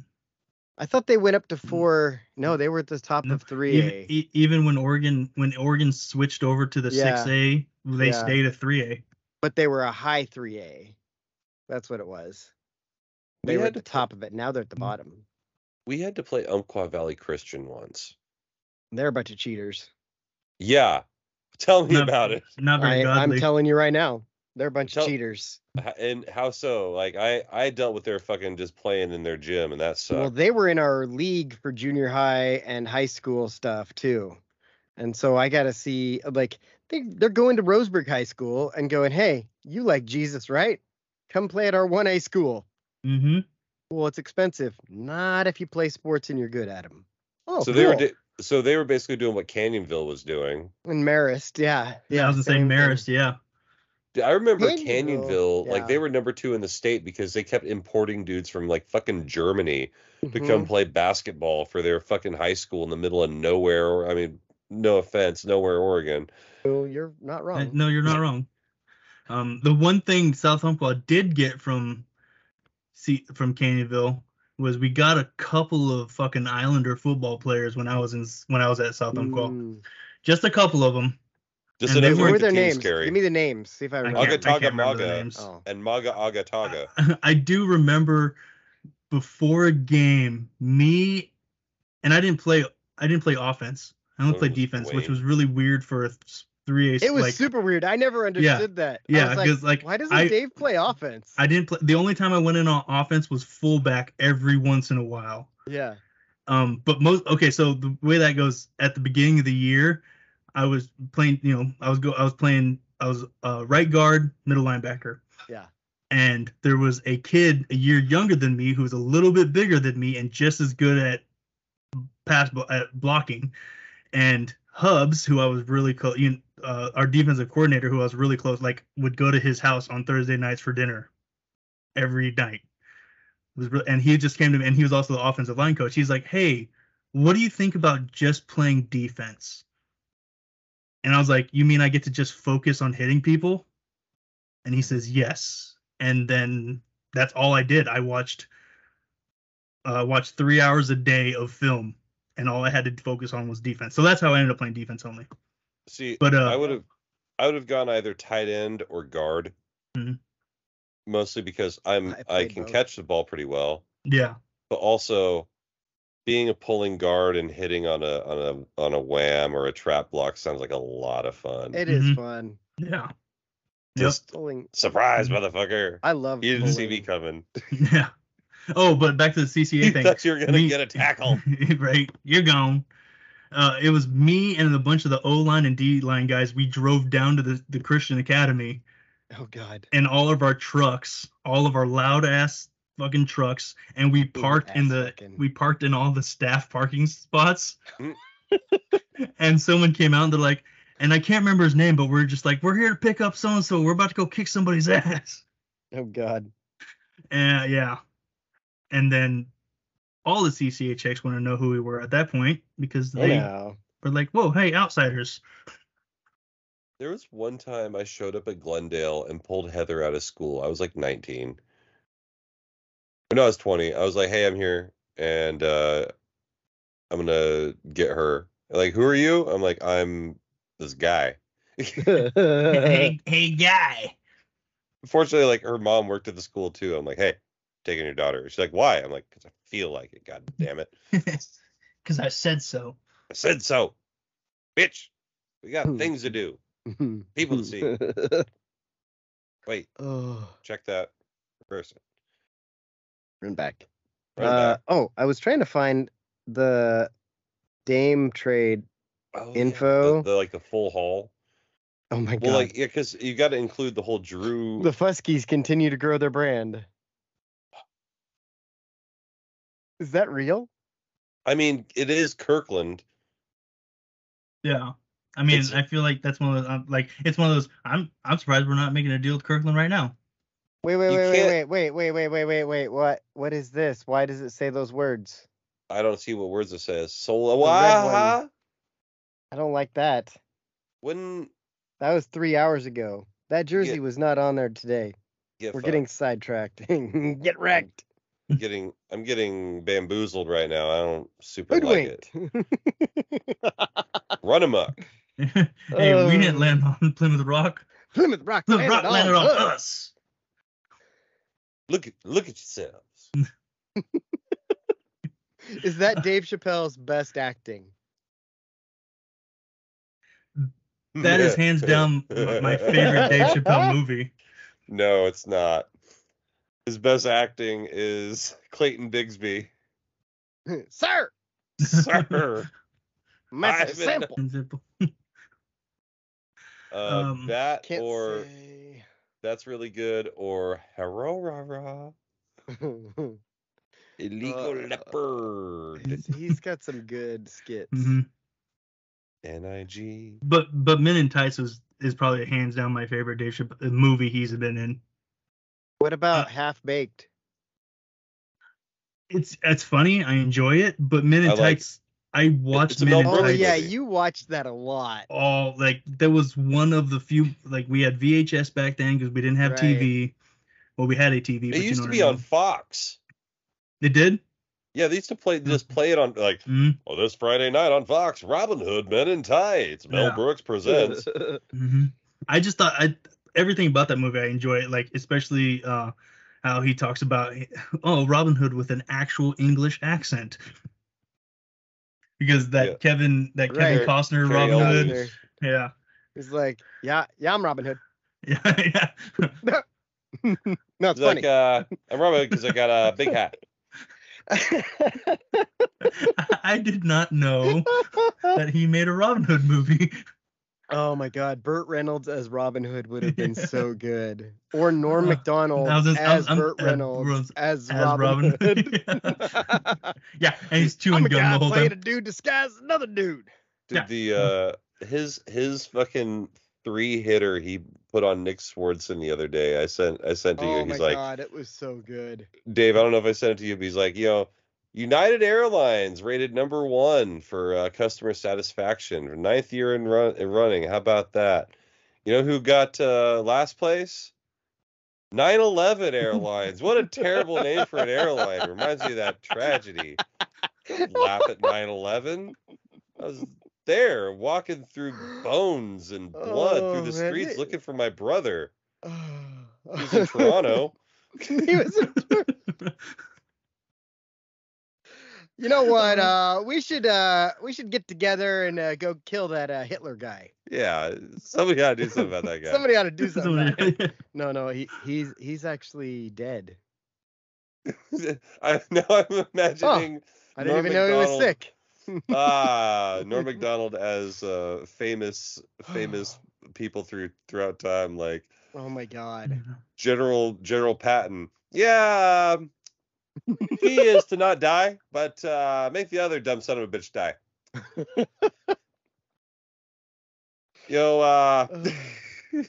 Speaker 3: I thought they went up to four. No, they were at the top
Speaker 2: No,
Speaker 3: of three
Speaker 2: even,
Speaker 3: A.
Speaker 2: e- even when Oregon when Oregon switched over to the
Speaker 3: Yeah.
Speaker 2: six A, they
Speaker 3: Yeah.
Speaker 2: stayed at three A.
Speaker 3: but they were a high 3A. That's what it was. They
Speaker 1: We
Speaker 3: were
Speaker 1: had
Speaker 3: at the
Speaker 1: to-
Speaker 3: top of it. Now they're at the
Speaker 2: Mm.
Speaker 3: bottom.
Speaker 1: We had to play Umpqua Valley Christian once.
Speaker 3: They're a bunch of cheaters.
Speaker 1: Yeah. Tell me
Speaker 2: Not-
Speaker 1: about it.
Speaker 2: Not very
Speaker 3: I,
Speaker 2: godly.
Speaker 3: I'm telling you right now, they're a bunch
Speaker 1: Tell-
Speaker 3: of cheaters.
Speaker 1: H- And how so? Like I I dealt with their fucking just playing in their gym and that sucked.
Speaker 3: Well, they were in our league for junior high and high school stuff too. And so I got to see like they they're going to Roseburg High School and going, "Hey, you like Jesus, right? Come play at our 1A school."
Speaker 2: mm-hmm.
Speaker 3: Well, it's expensive. Not if you play sports and you're good at them. Oh,
Speaker 1: so they were
Speaker 3: cool.
Speaker 1: di- so they were basically doing what Canyonville was doing.
Speaker 3: in Marist, yeah.
Speaker 2: Yeah, I was gonna say
Speaker 3: same thing.
Speaker 2: Marist. Yeah.
Speaker 1: Dude, I remember
Speaker 3: Canyonville,
Speaker 1: Canyonville, like they
Speaker 3: yeah.
Speaker 1: were number two in the state because they kept importing dudes from like fucking Germany to
Speaker 3: Mhm.
Speaker 1: come play basketball for their fucking high school in the middle of nowhere. Or I mean, no offense, nowhere Oregon.
Speaker 3: Well, you're not
Speaker 2: Uh,
Speaker 3: wrong.
Speaker 2: No, you're not wrong. Um, the one thing South Umpqua did get from see from Canyonville was we got a couple of fucking Islander football players when I was in s- when I was at South Umpqua.
Speaker 3: Mm.
Speaker 2: Just a couple of them.
Speaker 1: Just
Speaker 2: And they
Speaker 1: enough
Speaker 3: What
Speaker 1: to
Speaker 2: weren't
Speaker 3: were
Speaker 1: make the
Speaker 3: their
Speaker 1: team
Speaker 3: names?
Speaker 1: scary.
Speaker 3: Give me the names. See if I
Speaker 2: I
Speaker 3: remember.
Speaker 2: can't, I
Speaker 1: Agataga
Speaker 2: can't remember the
Speaker 1: Maga.
Speaker 2: names.
Speaker 3: Oh.
Speaker 1: and Maga Agataga.
Speaker 2: I do remember before a game, me and I didn't play. I didn't play offense. I only
Speaker 1: Oh, it
Speaker 2: played
Speaker 1: was
Speaker 2: defense, which
Speaker 1: way-
Speaker 2: was really weird for a three A.
Speaker 3: It was
Speaker 2: like,
Speaker 3: super weird. I never understood that.
Speaker 2: yeah,
Speaker 3: I was
Speaker 2: because
Speaker 3: like,
Speaker 2: like,
Speaker 3: why doesn't
Speaker 2: I
Speaker 3: Dave play offense?
Speaker 2: I didn't play. The only time I went in on offense was fullback every once in a while.
Speaker 3: yeah.
Speaker 2: Um, but most okay. So the way that goes at the beginning of the year, I was playing. You know, I was go. I was playing. I was uh, right guard, middle linebacker.
Speaker 3: Yeah.
Speaker 2: And there was a kid a year younger than me who was a little bit bigger than me and just as good at pass blo- at blocking. And Hubs, who I was really close, you uh, our defensive coordinator, who I was really close, like would go to his house on Thursday nights for dinner every night. It was re- and he just came to me, and he was also the offensive line coach. He's like, "Hey, what do you think about just playing defense?" And I was like, "You mean I get to just focus on hitting people?" And he says, "Yes." And then that's all I did. I watched uh, watched three hours a day of film, and all I had to focus on was defense. So that's how I ended up playing defense only.
Speaker 1: See,
Speaker 2: But uh,
Speaker 1: I would have, I would have gone either tight end or guard,
Speaker 2: Mhm.
Speaker 1: mostly because I'm
Speaker 3: Mm-hmm. I
Speaker 1: I,
Speaker 3: played
Speaker 1: can
Speaker 3: both.
Speaker 1: catch the ball pretty well,
Speaker 2: yeah,
Speaker 1: but also being a pulling guard and hitting on a on a on a wham or a trap block sounds like a lot of fun.
Speaker 3: It is
Speaker 2: Mhm.
Speaker 3: fun.
Speaker 2: Yeah.
Speaker 1: Just
Speaker 3: Pulling.
Speaker 1: surprise, motherfucker!
Speaker 3: I love.
Speaker 1: You didn't see me
Speaker 3: pulling.
Speaker 1: coming.
Speaker 2: Yeah. Oh, but back to the
Speaker 1: You
Speaker 2: CCA thing.
Speaker 1: thought you were gonna
Speaker 2: Me-
Speaker 1: get a tackle.
Speaker 2: right. You're gone. Uh, it was me and a bunch of the O line and D line guys. We drove down to the, the Christian Academy
Speaker 3: Oh God.
Speaker 2: in all of our trucks, all of our loud ass fucking trucks, and we parked in
Speaker 3: ass
Speaker 2: the
Speaker 3: fucking.
Speaker 2: we parked in all the staff parking spots.
Speaker 1: Mm.
Speaker 2: and someone came out and they're like, and I can't remember his name, but we're just like, we're here to pick up so and so. We're about to go kick somebody's ass.
Speaker 3: Oh God.
Speaker 2: Uh, yeah. And then all the CCA chicks want to know who we were at that point because
Speaker 3: I
Speaker 2: they
Speaker 3: know.
Speaker 2: were like, whoa, hey, outsiders.
Speaker 1: There was one time I showed up at Glendale and pulled Heather out of school. I was like 19. No, I was 20. I was like, hey, I'm here and uh, I'm going to get her. Like, who are you? I'm like, I'm this guy.
Speaker 2: hey, hey, guy.
Speaker 1: Fortunately, like her mom worked at the school too. I'm like, hey, taking your daughter. She's like, why? I'm like, because I feel like it. God damn it.
Speaker 2: Because I said so.
Speaker 1: I said so. Bitch, we got
Speaker 3: Hmm.
Speaker 1: things to do, people to see. Wait,
Speaker 3: oh,
Speaker 1: check that. Reverse it.
Speaker 3: run back.
Speaker 1: Run
Speaker 3: uh,
Speaker 1: back.
Speaker 3: oh, I was trying to find the Dame trade.
Speaker 1: Oh, yeah,
Speaker 3: info.
Speaker 1: the- the, like the full haul.
Speaker 3: Oh my God.
Speaker 1: Well, like yeah, because you got to include the whole Drew.
Speaker 3: the Fuskies continue to grow their brand. Is that real?
Speaker 1: I mean, it is Kirkland.
Speaker 2: Yeah. I mean,
Speaker 1: It's-
Speaker 2: I feel like that's one of those, I'm, like, it's one of those, I'm, I'm surprised we're not making a deal with Kirkland right now.
Speaker 3: Wait, wait,
Speaker 1: You
Speaker 3: wait, wait,
Speaker 1: can't-
Speaker 3: wait, wait, wait, wait, wait, wait. What? What is this? Why does it say those words?
Speaker 1: I don't see what words it says. Sola
Speaker 3: red
Speaker 1: Waha?
Speaker 3: I don't like that.
Speaker 1: wouldn't
Speaker 3: That was three hours ago. That jersey was not on there today.
Speaker 1: get.
Speaker 3: We're
Speaker 1: fucked.
Speaker 3: getting sidetracked. Get wrecked.
Speaker 1: I'm getting. I'm getting bamboozled right now. I don't super like it.
Speaker 3: Hoodwinked.
Speaker 1: Run amok.
Speaker 2: hey, we
Speaker 3: Oh.
Speaker 2: didn't land on Plymouth Rock.
Speaker 3: Plymouth Rock.
Speaker 2: Plymouth
Speaker 3: landed
Speaker 2: Rock landed on
Speaker 3: us.
Speaker 2: us.
Speaker 1: Look at look at yourselves.
Speaker 3: Is that Dave Chappelle's best acting?
Speaker 1: Hmm.
Speaker 2: That is hands down my my favorite Dave Chappelle movie.
Speaker 1: No, it's not. His best acting is Clayton Bigsby.
Speaker 3: Sir,
Speaker 1: Sir.
Speaker 3: massive
Speaker 1: I've been-
Speaker 3: sample.
Speaker 2: mm-hmm.
Speaker 1: Uh,
Speaker 2: Um,
Speaker 1: that
Speaker 3: Can't
Speaker 1: or
Speaker 3: say.
Speaker 1: that's really good or hero rah rah illegal
Speaker 3: Uh,
Speaker 1: leopard
Speaker 3: He's got some good skits.
Speaker 1: Mm-hmm.
Speaker 2: Mhm.
Speaker 1: nig
Speaker 2: But but Men in Tights was is probably hands down my favorite Dave Chappelle movie he's been in.
Speaker 3: What about
Speaker 2: Uh,
Speaker 3: Half Baked?
Speaker 2: It's it's funny. I enjoy it. But Men in
Speaker 1: I like-
Speaker 2: Tights, I watched
Speaker 1: it's a
Speaker 2: Men in
Speaker 1: Mel
Speaker 3: Oh
Speaker 1: Brooks
Speaker 2: Tights.
Speaker 3: yeah,
Speaker 1: movie.
Speaker 3: you watched that a lot.
Speaker 2: All like there was one of the few like we had VHS back then because we didn't have
Speaker 3: Right.
Speaker 2: TV. Well, we had a TV. but
Speaker 1: it
Speaker 2: you
Speaker 1: used
Speaker 2: know
Speaker 1: to
Speaker 2: what
Speaker 1: be
Speaker 2: I
Speaker 1: on
Speaker 2: mean.
Speaker 1: fox
Speaker 2: It did.
Speaker 1: yeah they used to play just play it on like
Speaker 2: Mhm.
Speaker 1: oh this friday night on fox robin hood men in tights mel
Speaker 2: Yeah.
Speaker 1: brooks presents
Speaker 2: hmm I just thought I everything about that movie I enjoy it, like especially uh, how he talks about oh Robin Hood with an actual English accent because that
Speaker 1: Yeah.
Speaker 2: Kevin that Kevin
Speaker 3: Right.
Speaker 2: Costner
Speaker 1: Trey
Speaker 2: Robin
Speaker 1: Elwes.
Speaker 2: Hood yeah
Speaker 3: He's like, yeah, yeah, I'm Robin Hood.
Speaker 2: yeah yeah
Speaker 3: No,
Speaker 1: He's
Speaker 3: it's
Speaker 1: like
Speaker 3: funny.
Speaker 1: uh i'm robin because i got a big hat
Speaker 2: I did not know that he made a Robin Hood movie
Speaker 3: oh my God, Burt Reynolds as Robin Hood would have been so good, or Norm
Speaker 2: Uh,
Speaker 3: Macdonald
Speaker 2: I was just- I'm-
Speaker 3: as
Speaker 2: I'm-
Speaker 3: Burt
Speaker 2: uh,
Speaker 3: Reynolds
Speaker 2: Rose-
Speaker 3: as,
Speaker 2: as
Speaker 3: Robin,
Speaker 2: Robin,
Speaker 3: Hood.
Speaker 2: Hood
Speaker 3: I'm
Speaker 2: yeah and he's chewing
Speaker 3: a
Speaker 2: gum
Speaker 3: guy
Speaker 2: the whole
Speaker 3: playing
Speaker 2: time
Speaker 3: a dude disguised as another dude.
Speaker 1: Did the uh his his fucking three hitter he put on Nick Swartzen the other day. I sent I sent to
Speaker 3: Oh
Speaker 1: you.
Speaker 3: my
Speaker 1: He's like,
Speaker 3: God, it was so good.
Speaker 1: Dave, I don't know if I sent it to you, but he's like, you know, United Airlines rated number one for uh, customer satisfaction for ninth year in, run, in running. How about that? You know who got uh, last place? 9/11 Airlines. What a terrible name for an airline. Reminds me of that tragedy. Laugh at 9/11. I was there walking through bones and blood
Speaker 3: Oh,
Speaker 1: through the
Speaker 3: man.
Speaker 1: streets looking for my brother. He was
Speaker 3: He's
Speaker 1: in Toronto.
Speaker 3: he was in Tor- You know what? Uh, we should uh, we should get together and uh, go kill that uh, Hitler guy.
Speaker 1: Yeah, somebody ought to do something about that guy.
Speaker 3: Somebody ought to do something. about it. No, no, he he's he's actually dead.
Speaker 1: I, now I'm imagining
Speaker 3: I didn't
Speaker 1: Norm
Speaker 3: even know he was
Speaker 1: Macdonald.
Speaker 3: sick.
Speaker 1: ah Norm Macdonald as uh, famous famous people through throughout time like
Speaker 3: Oh my god.
Speaker 1: General General Patton. Yeah, um, he is to not die, but uh, make the other dumb son of a bitch die. Yo, uh,
Speaker 3: Ugh.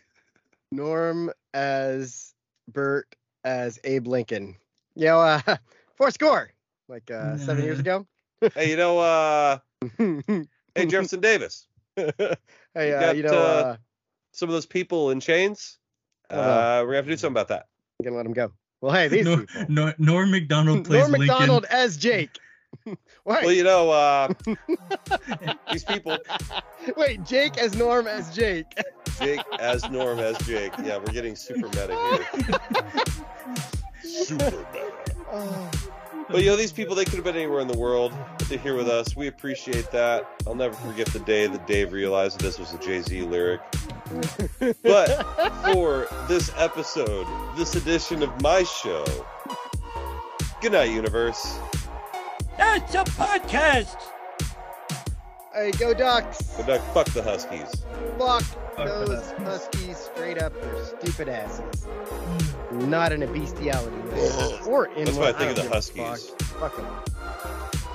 Speaker 3: Norm as Bert as Abe Lincoln. You know, uh, four score like uh, seven years ago.
Speaker 1: hey, you know, uh,
Speaker 3: hey,
Speaker 1: hey Jefferson Davis, You
Speaker 3: uh,
Speaker 1: got,
Speaker 3: you know,
Speaker 1: uh,
Speaker 3: uh,
Speaker 1: some of those people in chains.
Speaker 3: Oh,
Speaker 1: Uh,
Speaker 3: no.
Speaker 1: we're gonna have to do something about that.
Speaker 3: I'm gonna let him go. Well, hey, these
Speaker 2: Nor,
Speaker 3: people.
Speaker 2: Nor, Norm McDonald plays
Speaker 3: Norm
Speaker 2: Lincoln.
Speaker 3: McDonald as Jake.
Speaker 1: Well,
Speaker 3: Wait,
Speaker 1: you know, uh, these people,
Speaker 3: wait, Jake as Norm as Jake.
Speaker 1: Jake as Norm as Jake. Yeah, we're getting super meta here. super meta.
Speaker 3: Oh,
Speaker 1: But you know, these people, they could have been anywhere in the world, but they're here with us. We appreciate that. I'll never forget the day that Dave realized this was a Jay Z lyric. But for this episode, this edition of my show, good night, universe.
Speaker 4: That's a podcast.
Speaker 3: hey, go Ducks.
Speaker 1: But Doug, fuck the Huskies.
Speaker 3: Fuck
Speaker 2: Fuck the
Speaker 3: those
Speaker 2: Huskies.
Speaker 3: Huskies straight up. They're stupid asses. Not in a bestiality way. Or in
Speaker 1: That's
Speaker 3: one.
Speaker 1: what I think of
Speaker 3: don't
Speaker 1: the
Speaker 3: give a
Speaker 1: Huskies.
Speaker 3: Fuck. Fuck 'em.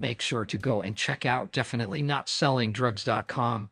Speaker 5: make sure to go and check out definitely not selling drugs.com